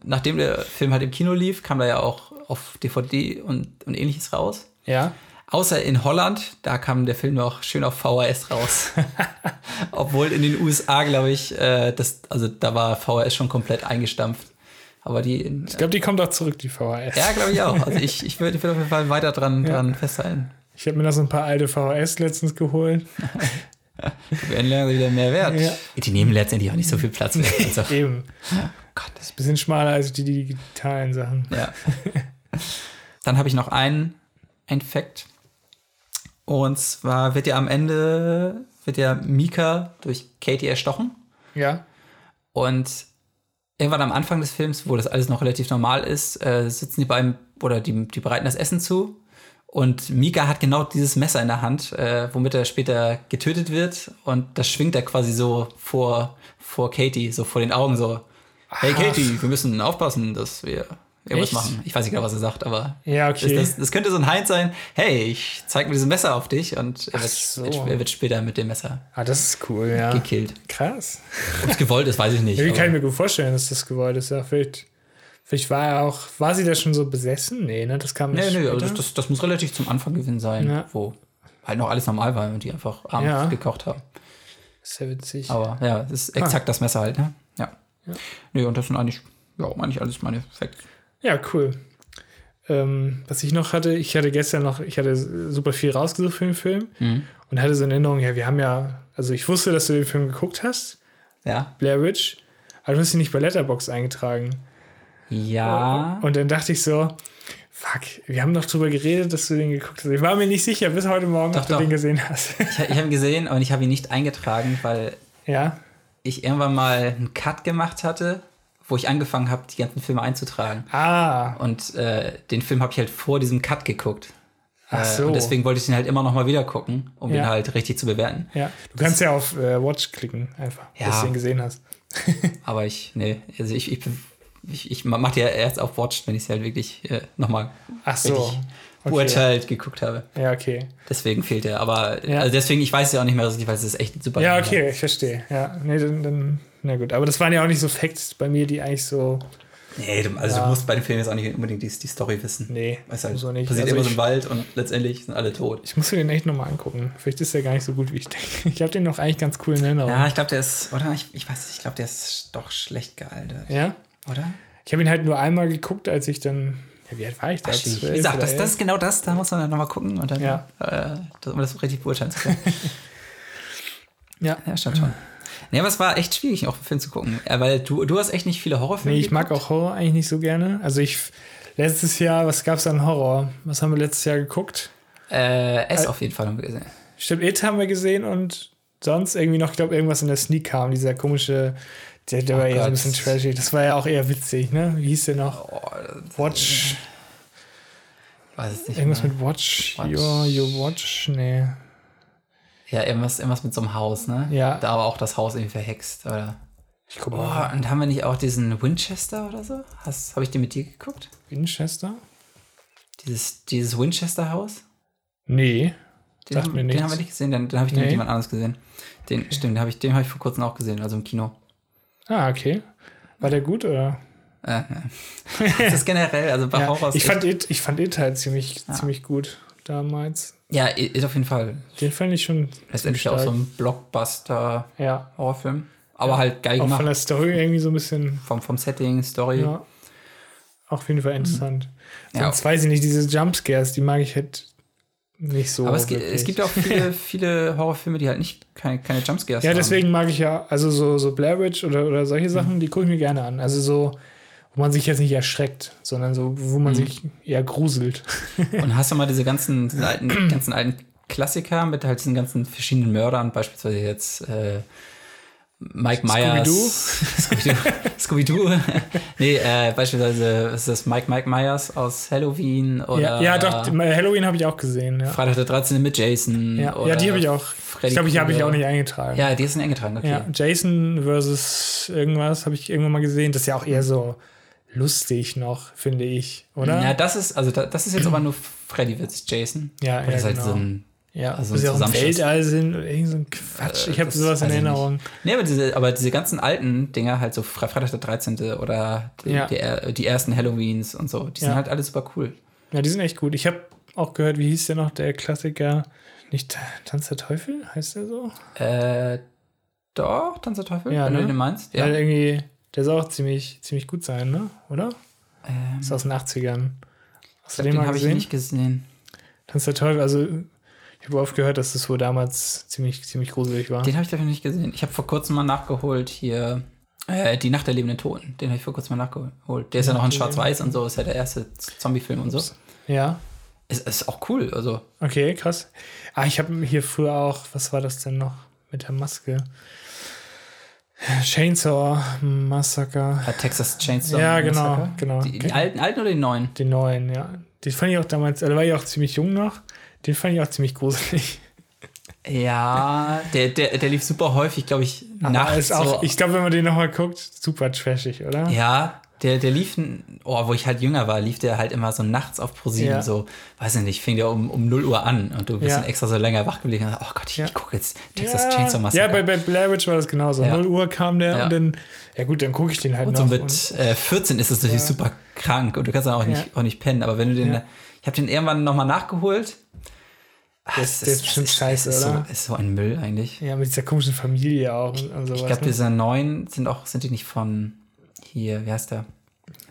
[SPEAKER 1] nachdem der Film halt im Kino lief, kam da ja auch auf DVD und, und ähnliches raus.
[SPEAKER 2] Ja?
[SPEAKER 1] Außer in Holland, da kam der Film noch schön auf VHS raus. Obwohl in den USA, glaube ich, äh, das, also da war VHS schon komplett eingestampft. Aber die in,
[SPEAKER 2] Ich glaube, die kommt auch zurück, die VHS.
[SPEAKER 1] ja, glaube ich auch. Also ich, ich würde ich würd auf jeden Fall weiter dran,
[SPEAKER 2] Ja.
[SPEAKER 1] dran festhalten.
[SPEAKER 2] Ich habe mir noch so ein paar alte VHS letztens geholt.
[SPEAKER 1] Die werden langsam wieder mehr wert.
[SPEAKER 2] Ja.
[SPEAKER 1] Die nehmen letztendlich auch nicht so viel Platz weg. Also,
[SPEAKER 2] Eben.
[SPEAKER 1] Gott, das
[SPEAKER 2] Bisschen schmaler als die digitalen Sachen.
[SPEAKER 1] Ja. Dann habe ich noch einen, ein Fact. Und zwar wird ja am Ende, wird ja Mika durch Katie erstochen.
[SPEAKER 2] Ja.
[SPEAKER 1] Und irgendwann am Anfang des Films, wo das alles noch relativ normal ist, äh, sitzen die beim, oder die, die bereiten das Essen zu. Und Mika hat genau dieses Messer in der Hand, äh, womit er später getötet wird. Und das schwingt er quasi so vor, vor Katie, so vor den Augen, so. Hey
[SPEAKER 2] Ach.
[SPEAKER 1] Katie, wir müssen aufpassen, dass wir irgendwas
[SPEAKER 2] Echt?
[SPEAKER 1] machen. Ich weiß nicht genau, was er sagt, aber
[SPEAKER 2] Ja,
[SPEAKER 1] das,
[SPEAKER 2] okay.
[SPEAKER 1] das, das könnte so ein Heinz sein, hey, ich zeig mir dieses Messer auf dich und er
[SPEAKER 2] Ach
[SPEAKER 1] wird,
[SPEAKER 2] so.
[SPEAKER 1] wird, er wird später mit dem Messer
[SPEAKER 2] ah, das ist cool, ja.
[SPEAKER 1] gekillt.
[SPEAKER 2] Krass.
[SPEAKER 1] Ob es gewollt ist, weiß ich nicht.
[SPEAKER 2] Irgendwie kann ich
[SPEAKER 1] aber
[SPEAKER 2] mir gut vorstellen, dass das gewollt ist. Ja, vielleicht, vielleicht war er auch. War sie da schon so besessen? Nee, ne? Das kam
[SPEAKER 1] nee, nee,
[SPEAKER 2] später.
[SPEAKER 1] also das, das, das muss relativ zum Anfang gewesen sein,
[SPEAKER 2] Ja.
[SPEAKER 1] wo halt noch alles normal war und die einfach abends
[SPEAKER 2] Ja.
[SPEAKER 1] gekocht haben.
[SPEAKER 2] ist ja witzig.
[SPEAKER 1] Aber ja, es ist exakt das Messer halt, ne? Ja. Nee, und das sind eigentlich, ja, um eigentlich alles meine Facts.
[SPEAKER 2] Ja, cool. Ähm, was ich noch hatte, ich hatte gestern noch, ich hatte super viel rausgesucht für den Film
[SPEAKER 1] Mhm.
[SPEAKER 2] und hatte so in Erinnerung, ja, wir haben ja, also ich wusste, dass du den Film geguckt hast,
[SPEAKER 1] Ja.
[SPEAKER 2] Blair Witch, aber du hast ihn nicht bei Letterbox eingetragen.
[SPEAKER 1] Ja.
[SPEAKER 2] Und dann dachte ich so, fuck, wir haben doch drüber geredet, dass du den geguckt hast. Ich war mir nicht sicher bis heute Morgen,
[SPEAKER 1] Doch,
[SPEAKER 2] ob du
[SPEAKER 1] doch.
[SPEAKER 2] den gesehen hast.
[SPEAKER 1] Ich, ich habe ihn gesehen und ich habe ihn nicht eingetragen, weil
[SPEAKER 2] ja,
[SPEAKER 1] ich irgendwann mal einen Cut gemacht hatte, wo ich angefangen habe, die ganzen Filme einzutragen.
[SPEAKER 2] ah,
[SPEAKER 1] Und äh, den Film habe ich halt vor diesem Cut geguckt.
[SPEAKER 2] ach
[SPEAKER 1] Äh,
[SPEAKER 2] so.
[SPEAKER 1] und deswegen wollte ich den halt immer noch mal wieder gucken, um
[SPEAKER 2] Ja.
[SPEAKER 1] ihn halt richtig zu bewerten.
[SPEAKER 2] ja, du kannst ja auf äh, Watch klicken, einfach,
[SPEAKER 1] Ja.
[SPEAKER 2] dass du den gesehen hast.
[SPEAKER 1] Aber ich, nee, also ich, ich, bin- ich, ich mache ja erst auf Watched, wenn ich es halt wirklich äh, nochmal
[SPEAKER 2] Ach so. Okay.
[SPEAKER 1] beurteilt geguckt habe.
[SPEAKER 2] Ja, okay.
[SPEAKER 1] Deswegen fehlt er. Aber
[SPEAKER 2] Ja.
[SPEAKER 1] also deswegen, ich weiß ja auch nicht mehr richtig, weil es ist echt ein super.
[SPEAKER 2] Ja,
[SPEAKER 1] Film.
[SPEAKER 2] okay, ich verstehe. Ja, nee, dann, dann, na gut. Aber das waren ja auch nicht so Facts bei mir, die eigentlich so,
[SPEAKER 1] Nee, du, also
[SPEAKER 2] Ja.
[SPEAKER 1] du musst bei dem Film jetzt auch nicht unbedingt die, die Story wissen.
[SPEAKER 2] nee,
[SPEAKER 1] Weißt du, halt,
[SPEAKER 2] so nicht.
[SPEAKER 1] passiert
[SPEAKER 2] Also
[SPEAKER 1] immer so
[SPEAKER 2] ich,
[SPEAKER 1] im Wald und letztendlich sind alle tot.
[SPEAKER 2] ich muss mir den echt nochmal angucken. Vielleicht ist der gar nicht so gut, wie ich denke. Ich habe den noch eigentlich ganz cool in Erinnerung.
[SPEAKER 1] Ja, ich glaube, der ist, oder? Ich, ich weiß nicht, ich glaube, der ist doch schlecht gealtert.
[SPEAKER 2] Ja?
[SPEAKER 1] Oder?
[SPEAKER 2] Ich habe ihn halt nur einmal geguckt, als ich dann, ja, wie alt war ich da?
[SPEAKER 1] Ach, Wie
[SPEAKER 2] Zwölf
[SPEAKER 1] gesagt,
[SPEAKER 2] oder
[SPEAKER 1] das, das
[SPEAKER 2] elf?
[SPEAKER 1] ist genau das, da muss man dann nochmal gucken und dann,
[SPEAKER 2] Ja.
[SPEAKER 1] äh, das- um das richtig beurteilen zu können.
[SPEAKER 2] Ja.
[SPEAKER 1] ja, stimmt schon. Nee, aber es war echt schwierig, auch einen Film zu gucken. Äh, Weil du, du hast echt nicht viele Horrorfilme.
[SPEAKER 2] Nee, ich mag
[SPEAKER 1] geguckt.
[SPEAKER 2] auch Horror eigentlich nicht so gerne. Also ich, letztes Jahr, was gab's an Horror? Was haben wir letztes Jahr geguckt?
[SPEAKER 1] Äh, S auf jeden Fall haben wir gesehen.
[SPEAKER 2] Stimmt, It haben wir gesehen und sonst irgendwie noch, ich glaube, irgendwas in der Sneak kam, dieser komische, der, der war eher so ein
[SPEAKER 1] Oh Gott.
[SPEAKER 2] bisschen trashy. Das war ja auch eher witzig, ne? Wie hieß der noch?
[SPEAKER 1] Oh, das-
[SPEAKER 2] Watch,
[SPEAKER 1] weiß es nicht.
[SPEAKER 2] irgendwas
[SPEAKER 1] mehr.
[SPEAKER 2] mit Watch,
[SPEAKER 1] Watch.
[SPEAKER 2] Your, your Watch, nee.
[SPEAKER 1] Ja, irgendwas, irgendwas mit so einem Haus, ne?
[SPEAKER 2] Ja.
[SPEAKER 1] Da war auch das Haus irgendwie verhext, oder?
[SPEAKER 2] Ich gucke mal.
[SPEAKER 1] Boah, und haben wir nicht auch diesen Winchester oder so? Habe ich den mit dir geguckt?
[SPEAKER 2] Winchester?
[SPEAKER 1] Dieses, dieses Winchester-Haus?
[SPEAKER 2] Nee.
[SPEAKER 1] Den,
[SPEAKER 2] Sagt
[SPEAKER 1] haben-
[SPEAKER 2] mir
[SPEAKER 1] den
[SPEAKER 2] nichts.
[SPEAKER 1] haben wir nicht gesehen, den, den habe ich den
[SPEAKER 2] Nee.
[SPEAKER 1] mit jemand anderes gesehen. Den, Stimmt, den habe ich, den hab ich vor kurzem auch gesehen, also im Kino.
[SPEAKER 2] Ah, okay. War der gut, oder?
[SPEAKER 1] Äh, äh. das ist generell, also bei
[SPEAKER 2] Ja,
[SPEAKER 1] Horror ist
[SPEAKER 2] ich,
[SPEAKER 1] echt-
[SPEAKER 2] fand It, ich fand It halt ziemlich, ziemlich gut damals.
[SPEAKER 1] Ja, ist auf jeden Fall.
[SPEAKER 2] Den fand ich schon
[SPEAKER 1] Letztendlich auch so ein Blockbuster-Horrorfilm.
[SPEAKER 2] ja,
[SPEAKER 1] Aber halt geil
[SPEAKER 2] auch von
[SPEAKER 1] gemacht.
[SPEAKER 2] der Story irgendwie so ein bisschen
[SPEAKER 1] Vom, vom Setting, Story.
[SPEAKER 2] Ja. Auch auf jeden Fall interessant.
[SPEAKER 1] Mhm. Ja.
[SPEAKER 2] Sonst weiß ich nicht, diese Jumpscares, die mag ich halt nicht so.
[SPEAKER 1] Aber es, gibt-
[SPEAKER 2] Oh, wirklich.
[SPEAKER 1] es gibt ja auch viele, viele Horrorfilme, die halt nicht keine, keine Jumpscares
[SPEAKER 2] Ja,
[SPEAKER 1] haben.
[SPEAKER 2] deswegen mag ich ja, also so, so Blair Witch oder, oder
[SPEAKER 1] Mhm.
[SPEAKER 2] solche Sachen, die gucke ich mir gerne an. Also so, wo man sich jetzt nicht erschreckt, sondern so, wo
[SPEAKER 1] Mhm.
[SPEAKER 2] man sich eher gruselt.
[SPEAKER 1] Und hast du mal diese ganzen, diese alten, ganzen alten Klassiker mit halt diesen ganzen verschiedenen Mördern, beispielsweise jetzt äh, Mike Myers. Scooby-Doo. Scooby-Doo. nee, äh, beispielsweise ist das Mike Mike Myers aus Halloween oder äh,
[SPEAKER 2] ja, ja, doch, Halloween habe ich auch gesehen. Ja,
[SPEAKER 1] Freitag der 13. mit Jason.
[SPEAKER 2] ja.
[SPEAKER 1] oder
[SPEAKER 2] ja die habe ich auch.
[SPEAKER 1] Freddy
[SPEAKER 2] ich glaube, die habe ich auch
[SPEAKER 1] Krueger.
[SPEAKER 2] nicht eingetragen.
[SPEAKER 1] Ja, die ist in eingetragen, okay.
[SPEAKER 2] Ja, Jason versus irgendwas habe ich irgendwann mal gesehen. Das ist ja auch eher so lustig noch, finde ich, oder?
[SPEAKER 1] Ja, das ist, also da, das ist jetzt aber nur Freddy vs. Jason.
[SPEAKER 2] Ja,
[SPEAKER 1] Und
[SPEAKER 2] ja,
[SPEAKER 1] das ist halt
[SPEAKER 2] genau.
[SPEAKER 1] so ein.
[SPEAKER 2] Ja,
[SPEAKER 1] Also
[SPEAKER 2] also sie
[SPEAKER 1] ein
[SPEAKER 2] auch im
[SPEAKER 1] Zusammenschuss.
[SPEAKER 2] Weltall sind oder irgend so ein Quatsch. Ich habe
[SPEAKER 1] das
[SPEAKER 2] sowas in
[SPEAKER 1] weiß ich nicht.
[SPEAKER 2] Erinnerung.
[SPEAKER 1] Nee, aber diese, aber diese ganzen alten Dinger, halt so Fre- Freitag der 13. oder die,
[SPEAKER 2] Ja.
[SPEAKER 1] die, die ersten Halloweens und so, die sind
[SPEAKER 2] Ja.
[SPEAKER 1] halt alle super cool.
[SPEAKER 2] Ja, die sind echt gut. Ich habe auch gehört, wie hieß der noch, der Klassiker? Nicht Ta- Tanz der Teufel, heißt der so?
[SPEAKER 1] Äh, doch, Tanz der Teufel,
[SPEAKER 2] Ja,
[SPEAKER 1] wenn
[SPEAKER 2] ne?
[SPEAKER 1] du den meinst.
[SPEAKER 2] Ja.
[SPEAKER 1] Ja.
[SPEAKER 2] irgendwie, der soll auch ziemlich, ziemlich gut sein, ne? Oder?
[SPEAKER 1] Ähm,
[SPEAKER 2] Ist aus den 80ern. Hast
[SPEAKER 1] ich
[SPEAKER 2] du
[SPEAKER 1] glaub,
[SPEAKER 2] den
[SPEAKER 1] den
[SPEAKER 2] mal
[SPEAKER 1] habe ich
[SPEAKER 2] gesehen?
[SPEAKER 1] nicht gesehen.
[SPEAKER 2] Tanz der Teufel, also ich habe oft gehört, dass das wohl damals ziemlich, ziemlich gruselig war.
[SPEAKER 1] Den habe ich dafür nicht gesehen. Ich habe vor kurzem mal nachgeholt hier äh, Die Nacht der lebenden Toten. Den habe ich vor kurzem mal nachgeholt. Der ist ja noch in Schwarz-Weiß und so, ist ja der erste Z- Zombie-Film und so.
[SPEAKER 2] Ja.
[SPEAKER 1] Ist, ist auch cool, also.
[SPEAKER 2] Okay, krass. Ah, ich habe hier früher auch, was war das denn noch mit der Maske? Chainsaw Massaker.
[SPEAKER 1] äh, Texas Chainsaw.
[SPEAKER 2] Ja, genau,
[SPEAKER 1] Massacre.
[SPEAKER 2] genau.
[SPEAKER 1] Die, die
[SPEAKER 2] Okay.
[SPEAKER 1] alten, alten oder die neuen?
[SPEAKER 2] Den neuen, ja. Den fand ich auch damals, also da war ich auch ziemlich jung noch. Den fand ich auch ziemlich gruselig.
[SPEAKER 1] Ja, der, der, der lief super häufig, glaube ich,
[SPEAKER 2] Aber
[SPEAKER 1] nachts.
[SPEAKER 2] ist auch,
[SPEAKER 1] so.
[SPEAKER 2] Ich glaube, wenn man den nochmal guckt, super trashig, oder?
[SPEAKER 1] ja, Der, der lief, n- oh, wo ich halt jünger war, lief der halt immer so nachts auf ProSieben,
[SPEAKER 2] Ja.
[SPEAKER 1] so, weiß ich nicht, fing der um, um 0 Uhr an und du bist
[SPEAKER 2] Ja.
[SPEAKER 1] dann extra so länger wach geblieben und sagst, oh Gott, ich, ich gucke jetzt Texas Chainsaw Massacre.
[SPEAKER 2] ja bei, bei Blair Witch war das genauso.
[SPEAKER 1] Ja.
[SPEAKER 2] 0 Uhr kam der
[SPEAKER 1] Ja.
[SPEAKER 2] und dann, ja gut, dann gucke ich den halt
[SPEAKER 1] Und
[SPEAKER 2] noch.
[SPEAKER 1] so
[SPEAKER 2] und,
[SPEAKER 1] mit äh, 14 ist es natürlich super krank und du kannst dann auch nicht, auch nicht pennen. Aber wenn du den,
[SPEAKER 2] Ja.
[SPEAKER 1] ich habe den irgendwann nochmal nachgeholt. Ah,
[SPEAKER 2] Der
[SPEAKER 1] es
[SPEAKER 2] ist- der ist bestimmt
[SPEAKER 1] es
[SPEAKER 2] scheiße,
[SPEAKER 1] es ist
[SPEAKER 2] oder?
[SPEAKER 1] So, ist so ein Müll eigentlich.
[SPEAKER 2] ja, mit dieser komischen Familie auch und, und sowas.
[SPEAKER 1] ich glaube,
[SPEAKER 2] ne?
[SPEAKER 1] dieser neuen sind auch, sind die nicht von hier, wie heißt der?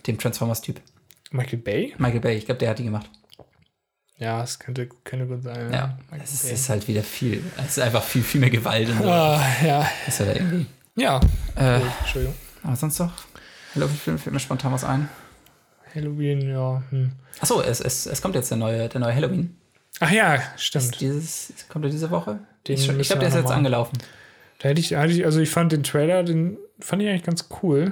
[SPEAKER 1] Dem Transformers-Typ.
[SPEAKER 2] Michael Bay?
[SPEAKER 1] Michael Bay, ich glaube, der hat die gemacht.
[SPEAKER 2] Ja, das könnte, könnte gut sein.
[SPEAKER 1] Ja.
[SPEAKER 2] Michael
[SPEAKER 1] Es ist,
[SPEAKER 2] Bay.
[SPEAKER 1] ist halt wieder viel. Es ist einfach viel, viel mehr Gewalt und so.
[SPEAKER 2] Ah, ja.
[SPEAKER 1] Ist ja da irgendwie.
[SPEAKER 2] Ja.
[SPEAKER 1] Äh,
[SPEAKER 2] Oh, Entschuldigung.
[SPEAKER 1] aber sonst noch? Hello, Film fällt mir spontan was ein.
[SPEAKER 2] Halloween, ja. Hm.
[SPEAKER 1] Achso, es, es, es kommt jetzt der neue, der neue Halloween.
[SPEAKER 2] Ach ja, stimmt.
[SPEAKER 1] Ist dieses, kommt er diese Woche?
[SPEAKER 2] Den
[SPEAKER 1] ich ich
[SPEAKER 2] müssen
[SPEAKER 1] glaube, der
[SPEAKER 2] wir
[SPEAKER 1] ist
[SPEAKER 2] noch
[SPEAKER 1] jetzt
[SPEAKER 2] machen.
[SPEAKER 1] angelaufen.
[SPEAKER 2] Da hätte ich, da hätte ich, also ich fand den Trailer, den fand ich eigentlich ganz cool.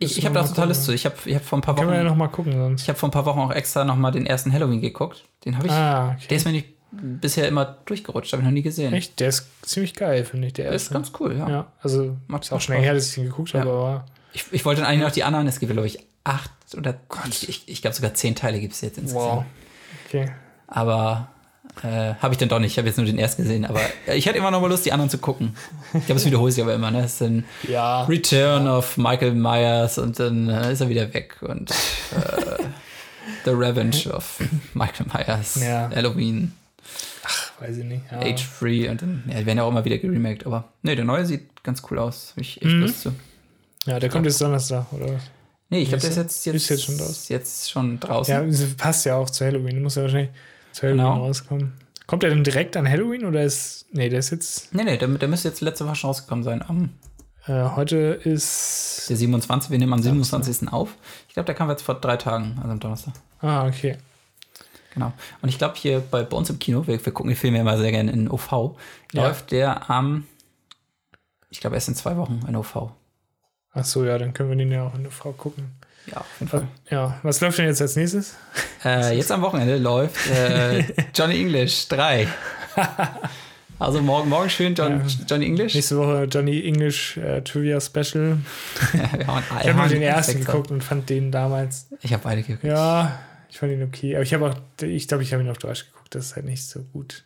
[SPEAKER 1] Ich,
[SPEAKER 2] Müssen
[SPEAKER 1] ich
[SPEAKER 2] wir
[SPEAKER 1] habe da auch
[SPEAKER 2] mal
[SPEAKER 1] total Lust
[SPEAKER 2] gucken.
[SPEAKER 1] zu. Ich habe ich hab vor ein paar
[SPEAKER 2] Können wir ja
[SPEAKER 1] Wochen,
[SPEAKER 2] nochmal gucken sonst.
[SPEAKER 1] ich habe vor ein paar Wochen auch extra nochmal den ersten Halloween geguckt. Den habe ich,
[SPEAKER 2] ah,
[SPEAKER 1] der
[SPEAKER 2] okay.
[SPEAKER 1] ist mir nicht, bisher immer durchgerutscht, habe ich noch nie gesehen.
[SPEAKER 2] Echt? Der ist ziemlich geil, finde ich, der
[SPEAKER 1] Der ist
[SPEAKER 2] erste.
[SPEAKER 1] ganz cool, ja.
[SPEAKER 2] ja, also
[SPEAKER 1] Macht
[SPEAKER 2] ist auch
[SPEAKER 1] Spaß.
[SPEAKER 2] schon länger her, dass ich den geguckt
[SPEAKER 1] Ja.
[SPEAKER 2] habe, aber
[SPEAKER 1] Ich, ich wollte eigentlich noch die anderen, es gibt, glaube ich, acht oder ich, ich, ich glaube sogar zehn Teile gibt es jetzt insgesamt.
[SPEAKER 2] wow. Okay.
[SPEAKER 1] Aber äh, habe ich dann doch nicht. Ich habe jetzt nur den ersten gesehen. Aber äh, ich hatte immer noch mal Lust, die anderen zu gucken. Ich glaube, es wiederholt sich aber immer. Ne? Es ist ein
[SPEAKER 2] Ja.
[SPEAKER 1] Return of Michael Myers und dann äh, ist er wieder weg und äh, The Revenge of Michael Myers,
[SPEAKER 2] Ja.
[SPEAKER 1] Halloween,
[SPEAKER 2] Weiß ich nicht. Ja.
[SPEAKER 1] Age Free und dann ja, die werden ja auch immer wieder geremaked, aber nee, der neue sieht ganz cool aus. Hab ich echt
[SPEAKER 2] Mhm.
[SPEAKER 1] Lust zu.
[SPEAKER 2] ja, der kommt jetzt Donnerstag, oder? was?
[SPEAKER 1] Nee, ich glaube,
[SPEAKER 2] Ist-
[SPEAKER 1] der ist jetzt, jetzt,
[SPEAKER 2] ist jetzt schon draußen.
[SPEAKER 1] jetzt schon
[SPEAKER 2] Ja,
[SPEAKER 1] draußen.
[SPEAKER 2] das passt ja auch zu Halloween. Muss ja wahrscheinlich zu Halloween
[SPEAKER 1] Genau.
[SPEAKER 2] rauskommen. Kommt der denn direkt an Halloween oder ist. Nee, der ist jetzt.
[SPEAKER 1] Nee, nee, der, der müsste jetzt letzte Woche schon rausgekommen sein. Am
[SPEAKER 2] Äh, heute ist.
[SPEAKER 1] der 27. Wir nehmen am 27. auf. Ich glaube, der kam jetzt vor drei Tagen, also am Donnerstag.
[SPEAKER 2] Ah, okay.
[SPEAKER 1] Genau. Und ich glaube, hier bei, bei uns im Kino, wir, wir gucken die Filme ja immer sehr gerne in OV,
[SPEAKER 2] Ja.
[SPEAKER 1] läuft der am, ich glaube, erst in zwei Wochen in OV.
[SPEAKER 2] Ach so, ja, dann können wir den ja auch in der Frau gucken.
[SPEAKER 1] Ja, auf jeden Fall.
[SPEAKER 2] Ja, was läuft denn jetzt als nächstes?
[SPEAKER 1] Äh, jetzt am Wochenende läuft äh, Johnny English 3. Also morgen, morgen schön John, Johnny English.
[SPEAKER 2] Nächste Woche Johnny English äh, Trivia Special.
[SPEAKER 1] Wir hauen alle-
[SPEAKER 2] Ich habe nur
[SPEAKER 1] hauen
[SPEAKER 2] den
[SPEAKER 1] die
[SPEAKER 2] ersten
[SPEAKER 1] Specs ab.
[SPEAKER 2] geguckt und fand den damals.
[SPEAKER 1] Ich habe beide geguckt.
[SPEAKER 2] Ja, ich fand ihn okay. Aber ich habe auch, ich glaube, ich habe ihn auf Deutsch geguckt. Das ist halt nicht so gut.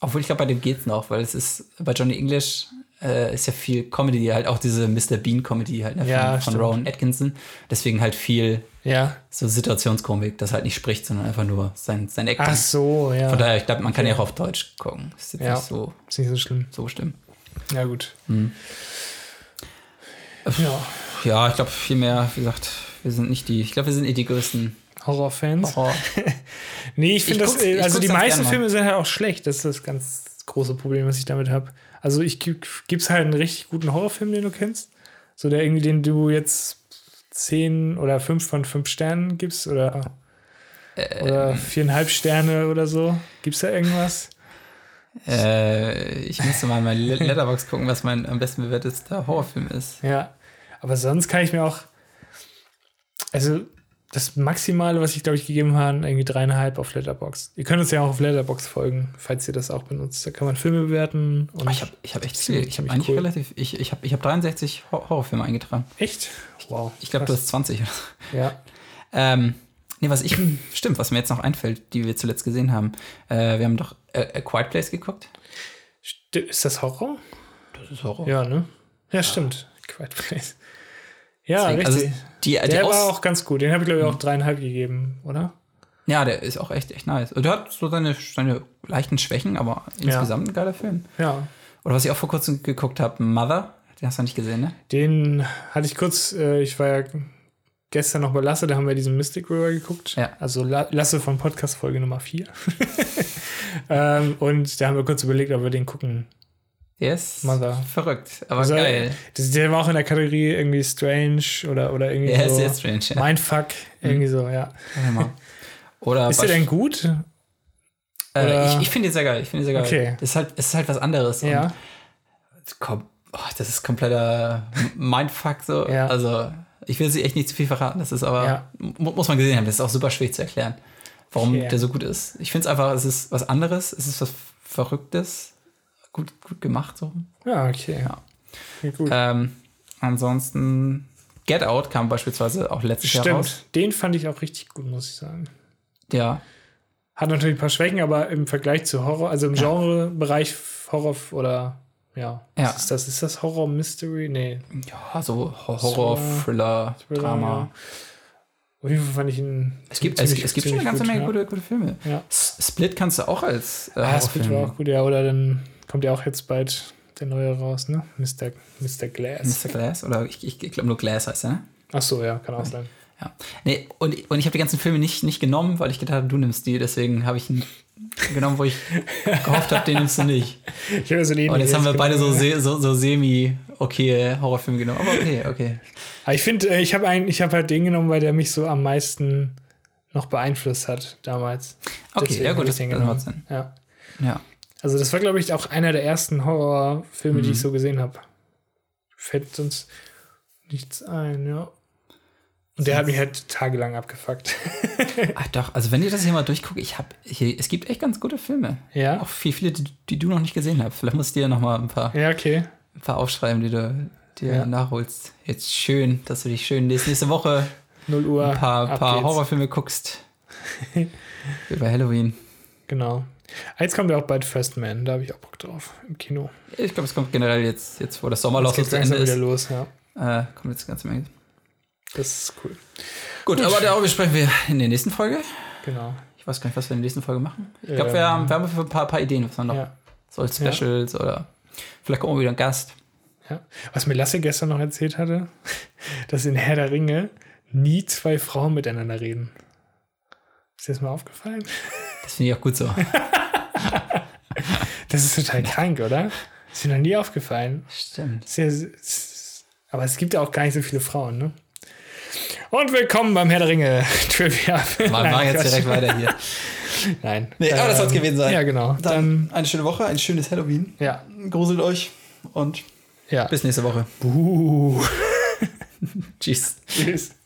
[SPEAKER 1] Obwohl ich glaube, bei dem geht's noch, weil es ist, bei Johnny English äh, ist ja viel Comedy, halt auch diese Mr. Bean-Comedy halt ne, von,
[SPEAKER 2] Ja,
[SPEAKER 1] von
[SPEAKER 2] stimmt.
[SPEAKER 1] Rowan Atkinson. Deswegen halt viel
[SPEAKER 2] Ja.
[SPEAKER 1] so Situationskomik, das halt nicht spricht, sondern einfach nur sein, sein Acting.
[SPEAKER 2] Ach so, ja.
[SPEAKER 1] Von daher, ich glaube, man kann ja auch auf Deutsch gucken. Ist jetzt
[SPEAKER 2] Ja.
[SPEAKER 1] nicht so,
[SPEAKER 2] ist nicht so schlimm.
[SPEAKER 1] so schlimm.
[SPEAKER 2] Ja, gut.
[SPEAKER 1] Hm.
[SPEAKER 2] Ja,
[SPEAKER 1] Ja, ich glaube, viel mehr, wie gesagt, wir sind nicht die, ich glaube, wir sind eh die größten
[SPEAKER 2] Horrorfans.
[SPEAKER 1] Horror.
[SPEAKER 2] Nee, ich
[SPEAKER 1] Ich
[SPEAKER 2] finde das,
[SPEAKER 1] guck's-
[SPEAKER 2] äh,
[SPEAKER 1] ich
[SPEAKER 2] also
[SPEAKER 1] guck's
[SPEAKER 2] die
[SPEAKER 1] ganz
[SPEAKER 2] meisten
[SPEAKER 1] gerne mal.
[SPEAKER 2] Filme sind halt auch schlecht. Das ist das ganz große Problem, was ich damit habe. Also ich gibt gibt's halt einen richtig guten Horrorfilm, den du kennst. So der irgendwie, den du jetzt 10 oder 5 von 5 Sternen gibst oder,
[SPEAKER 1] Äh, ähm.
[SPEAKER 2] oder viereinhalb Sterne oder so. Gibt's da irgendwas?
[SPEAKER 1] äh, ich müsste mal in meine Le- Letterbox gucken, was mein am besten bewertetster Horrorfilm ist.
[SPEAKER 2] Ja. Aber sonst kann ich mir auch. Also, das Maximale, was ich, glaube ich, gegeben habe, irgendwie dreieinhalb auf Letterbox. Ihr könnt uns ja auch auf Letterbox folgen, falls ihr das auch benutzt. Da kann man Filme bewerten und
[SPEAKER 1] Oh, ich habe ich hab echt viel.
[SPEAKER 2] Ziemlich-
[SPEAKER 1] Ich habe
[SPEAKER 2] ziemlich
[SPEAKER 1] eigentlich
[SPEAKER 2] cool.
[SPEAKER 1] relativ, ich, ich habe ich hab 63 Hor- Horrorfilme eingetragen.
[SPEAKER 2] Echt? Wow.
[SPEAKER 1] Ich glaube, du
[SPEAKER 2] Krass.
[SPEAKER 1] hast 20 oder so.
[SPEAKER 2] Ja.
[SPEAKER 1] Ähm, nee, was ich, stimmt, was mir jetzt noch einfällt, die wir zuletzt gesehen haben. Äh, wir haben doch äh, A Quiet Place geguckt.
[SPEAKER 2] St- Ist das Horror?
[SPEAKER 1] Das ist Horror.
[SPEAKER 2] Ja, ne? Ja, stimmt. Quiet Place. Ja,
[SPEAKER 1] Deswegen, also
[SPEAKER 2] richtig.
[SPEAKER 1] die, die
[SPEAKER 2] der
[SPEAKER 1] Aus Mhm.
[SPEAKER 2] war auch ganz gut. Den habe ich, glaube ich, auch dreieinhalb gegeben, oder?
[SPEAKER 1] Ja, der ist auch echt, echt nice. Und der hat so seine, seine leichten Schwächen, aber insgesamt ein geiler Film.
[SPEAKER 2] Ja.
[SPEAKER 1] Oder was ich auch vor kurzem geguckt habe, Mother. Den hast du nicht gesehen, ne?
[SPEAKER 2] Den hatte ich kurz, äh, ich war ja gestern noch bei Lasse, da haben wir diesen Mystic River geguckt.
[SPEAKER 1] Ja.
[SPEAKER 2] Also La Lasse von Podcast Folge Nummer 4. ähm, und da haben wir kurz überlegt, ob wir den gucken.
[SPEAKER 1] Der ist
[SPEAKER 2] Mother.
[SPEAKER 1] verrückt, aber
[SPEAKER 2] Also,
[SPEAKER 1] geil.
[SPEAKER 2] Das, der war auch in der Kategorie irgendwie Strange oder, oder irgendwie
[SPEAKER 1] Der ist Mhm.
[SPEAKER 2] so.
[SPEAKER 1] sehr strange. Ja.
[SPEAKER 2] Mindfuck, irgendwie so, ja.
[SPEAKER 1] Warte mal. Oder
[SPEAKER 2] Ist der
[SPEAKER 1] Beispiel-
[SPEAKER 2] denn gut?
[SPEAKER 1] äh,
[SPEAKER 2] oder-
[SPEAKER 1] ich, ich finde den sehr geil. Ich finde den sehr geil.
[SPEAKER 2] Okay.
[SPEAKER 1] Das ist halt, es ist halt was anderes.
[SPEAKER 2] Ja.
[SPEAKER 1] Und kom- oh, das ist kompletter Mindfuck so.
[SPEAKER 2] Ja.
[SPEAKER 1] Also, ich will sie echt nicht zu viel verraten. Das ist aber,
[SPEAKER 2] Ja.
[SPEAKER 1] mu- muss man gesehen haben, das ist auch super schwierig zu erklären, warum
[SPEAKER 2] Okay.
[SPEAKER 1] der so gut ist. Ich finde es einfach, es ist was anderes, es ist was Verrücktes, gut, gut gemacht so.
[SPEAKER 2] Ja, okay.
[SPEAKER 1] Ja. Äh,
[SPEAKER 2] Ja, gut.
[SPEAKER 1] Ähm, ansonsten Get Out kam beispielsweise auch letztes Jahr raus.
[SPEAKER 2] Stimmt, den fand ich auch richtig gut, muss ich sagen.
[SPEAKER 1] Ja,
[SPEAKER 2] Hat natürlich ein paar Schwächen, aber im Vergleich zu Horror, also im Genrebereich Horror oder ja,
[SPEAKER 1] Ja.
[SPEAKER 2] Was ist das? Ist das Horror Mystery? Nee.
[SPEAKER 1] ja so Ho- Horror,
[SPEAKER 2] Thriller,
[SPEAKER 1] Thriller,
[SPEAKER 2] Thriller,
[SPEAKER 1] Drama.
[SPEAKER 2] Auf jeden Fall fand ich ihn.
[SPEAKER 1] Es gibt, es, es gibt schon eine ganze
[SPEAKER 2] gut,
[SPEAKER 1] Menge
[SPEAKER 2] ja.
[SPEAKER 1] gute, gute Filme.
[SPEAKER 2] Ja.
[SPEAKER 1] S- Split kannst du auch als äh,
[SPEAKER 2] Ah, Speed war
[SPEAKER 1] Horrorfilm.
[SPEAKER 2] auch gut, ja. Oder dann kommt ja auch jetzt bald der neue raus, ne? Mr. Mr. Glass.
[SPEAKER 1] Mr. Glass oder ich, ich, ich glaube nur Glass heißt er, ne?
[SPEAKER 2] Ach so, ja, kann auch sein.
[SPEAKER 1] Ja. Nee, und, und ich habe die ganzen Filme nicht, nicht genommen, weil ich gedacht habe, du nimmst die, deswegen habe ich ihn genommen, wo ich gehofft habe, den nimmst du nicht.
[SPEAKER 2] Ich habe so
[SPEAKER 1] Und Oh, jetzt haben wir beide so, se so, so semi-okay Horrorfilme genommen. Aber okay, okay.
[SPEAKER 2] Aber ich finde, äh, ich habe einen- ich habe halt den genommen, weil der mich so am meisten noch beeinflusst hat damals.
[SPEAKER 1] Okay,
[SPEAKER 2] Deswegen
[SPEAKER 1] ja gut,
[SPEAKER 2] hab ich
[SPEAKER 1] das-
[SPEAKER 2] den
[SPEAKER 1] das
[SPEAKER 2] genommen.
[SPEAKER 1] macht Sinn.
[SPEAKER 2] Ja.
[SPEAKER 1] Ja.
[SPEAKER 2] Also das war, glaube ich, auch einer der ersten Horrorfilme,
[SPEAKER 1] Mhm.
[SPEAKER 2] die ich so gesehen habe. Fällt sonst nichts ein, ja. Und der hat mich halt tagelang abgefuckt.
[SPEAKER 1] Ach doch, also wenn ihr das hier mal durchguckt, ich habe hier, es gibt echt ganz gute Filme.
[SPEAKER 2] Ja.
[SPEAKER 1] Auch viel, viele, die, die du noch nicht gesehen hast. Vielleicht musst du dir noch mal ein paar,
[SPEAKER 2] ja, okay.
[SPEAKER 1] ein paar aufschreiben, die du dir
[SPEAKER 2] Ja.
[SPEAKER 1] nachholst. Jetzt schön, dass du dich schön nächste, nächste Woche
[SPEAKER 2] 0 Uhr.
[SPEAKER 1] ein paar,
[SPEAKER 2] ab
[SPEAKER 1] paar
[SPEAKER 2] geht's.
[SPEAKER 1] Horrorfilme guckst. Über Halloween.
[SPEAKER 2] Genau. Jetzt kommt ja auch bald First Man, da habe ich auch Bock drauf im Kino.
[SPEAKER 1] Ich glaube, es kommt generell jetzt, jetzt wo das
[SPEAKER 2] Das
[SPEAKER 1] Sommerloch so
[SPEAKER 2] geht
[SPEAKER 1] zu
[SPEAKER 2] langsam
[SPEAKER 1] Ende
[SPEAKER 2] wieder
[SPEAKER 1] ist,
[SPEAKER 2] los, ja.
[SPEAKER 1] äh, kommt jetzt eine ganze Menge.
[SPEAKER 2] Das ist cool.
[SPEAKER 1] Gut, aber darüber sprechen wir in der nächsten Folge.
[SPEAKER 2] Genau. Ich
[SPEAKER 1] Ich weiß gar nicht, was wir in der nächsten Folge machen. Ich glaube,
[SPEAKER 2] Ähm.
[SPEAKER 1] wir haben, wir haben ein paar, paar Ideen, was man noch
[SPEAKER 2] ja.
[SPEAKER 1] so als Specials oder vielleicht kommen wir wieder ein Gast.
[SPEAKER 2] Ja. Was mir Lasse gestern noch erzählt hatte, dass in Herr der Ringe nie zwei Frauen miteinander reden. Ist dir das mal aufgefallen?
[SPEAKER 1] Das finde ich auch gut so.
[SPEAKER 2] Das ist total krank, oder? Ist dir noch nie aufgefallen.
[SPEAKER 1] Stimmt.
[SPEAKER 2] Ist ja, ist, aber es gibt ja auch gar nicht so viele Frauen, ne? Und willkommen beim Herr der Ringe Trivia.
[SPEAKER 1] Mal machen jetzt direkt weiter hier.
[SPEAKER 2] Nein.
[SPEAKER 1] Nee, aber das soll's gewesen sein.
[SPEAKER 2] Ja, genau. Dann,
[SPEAKER 1] eine schöne Woche, ein schönes Halloween.
[SPEAKER 2] ja.
[SPEAKER 1] Gruselt euch und
[SPEAKER 2] Ja.
[SPEAKER 1] bis nächste Woche.
[SPEAKER 2] Buh.
[SPEAKER 1] Tschüss.
[SPEAKER 2] Tschüss.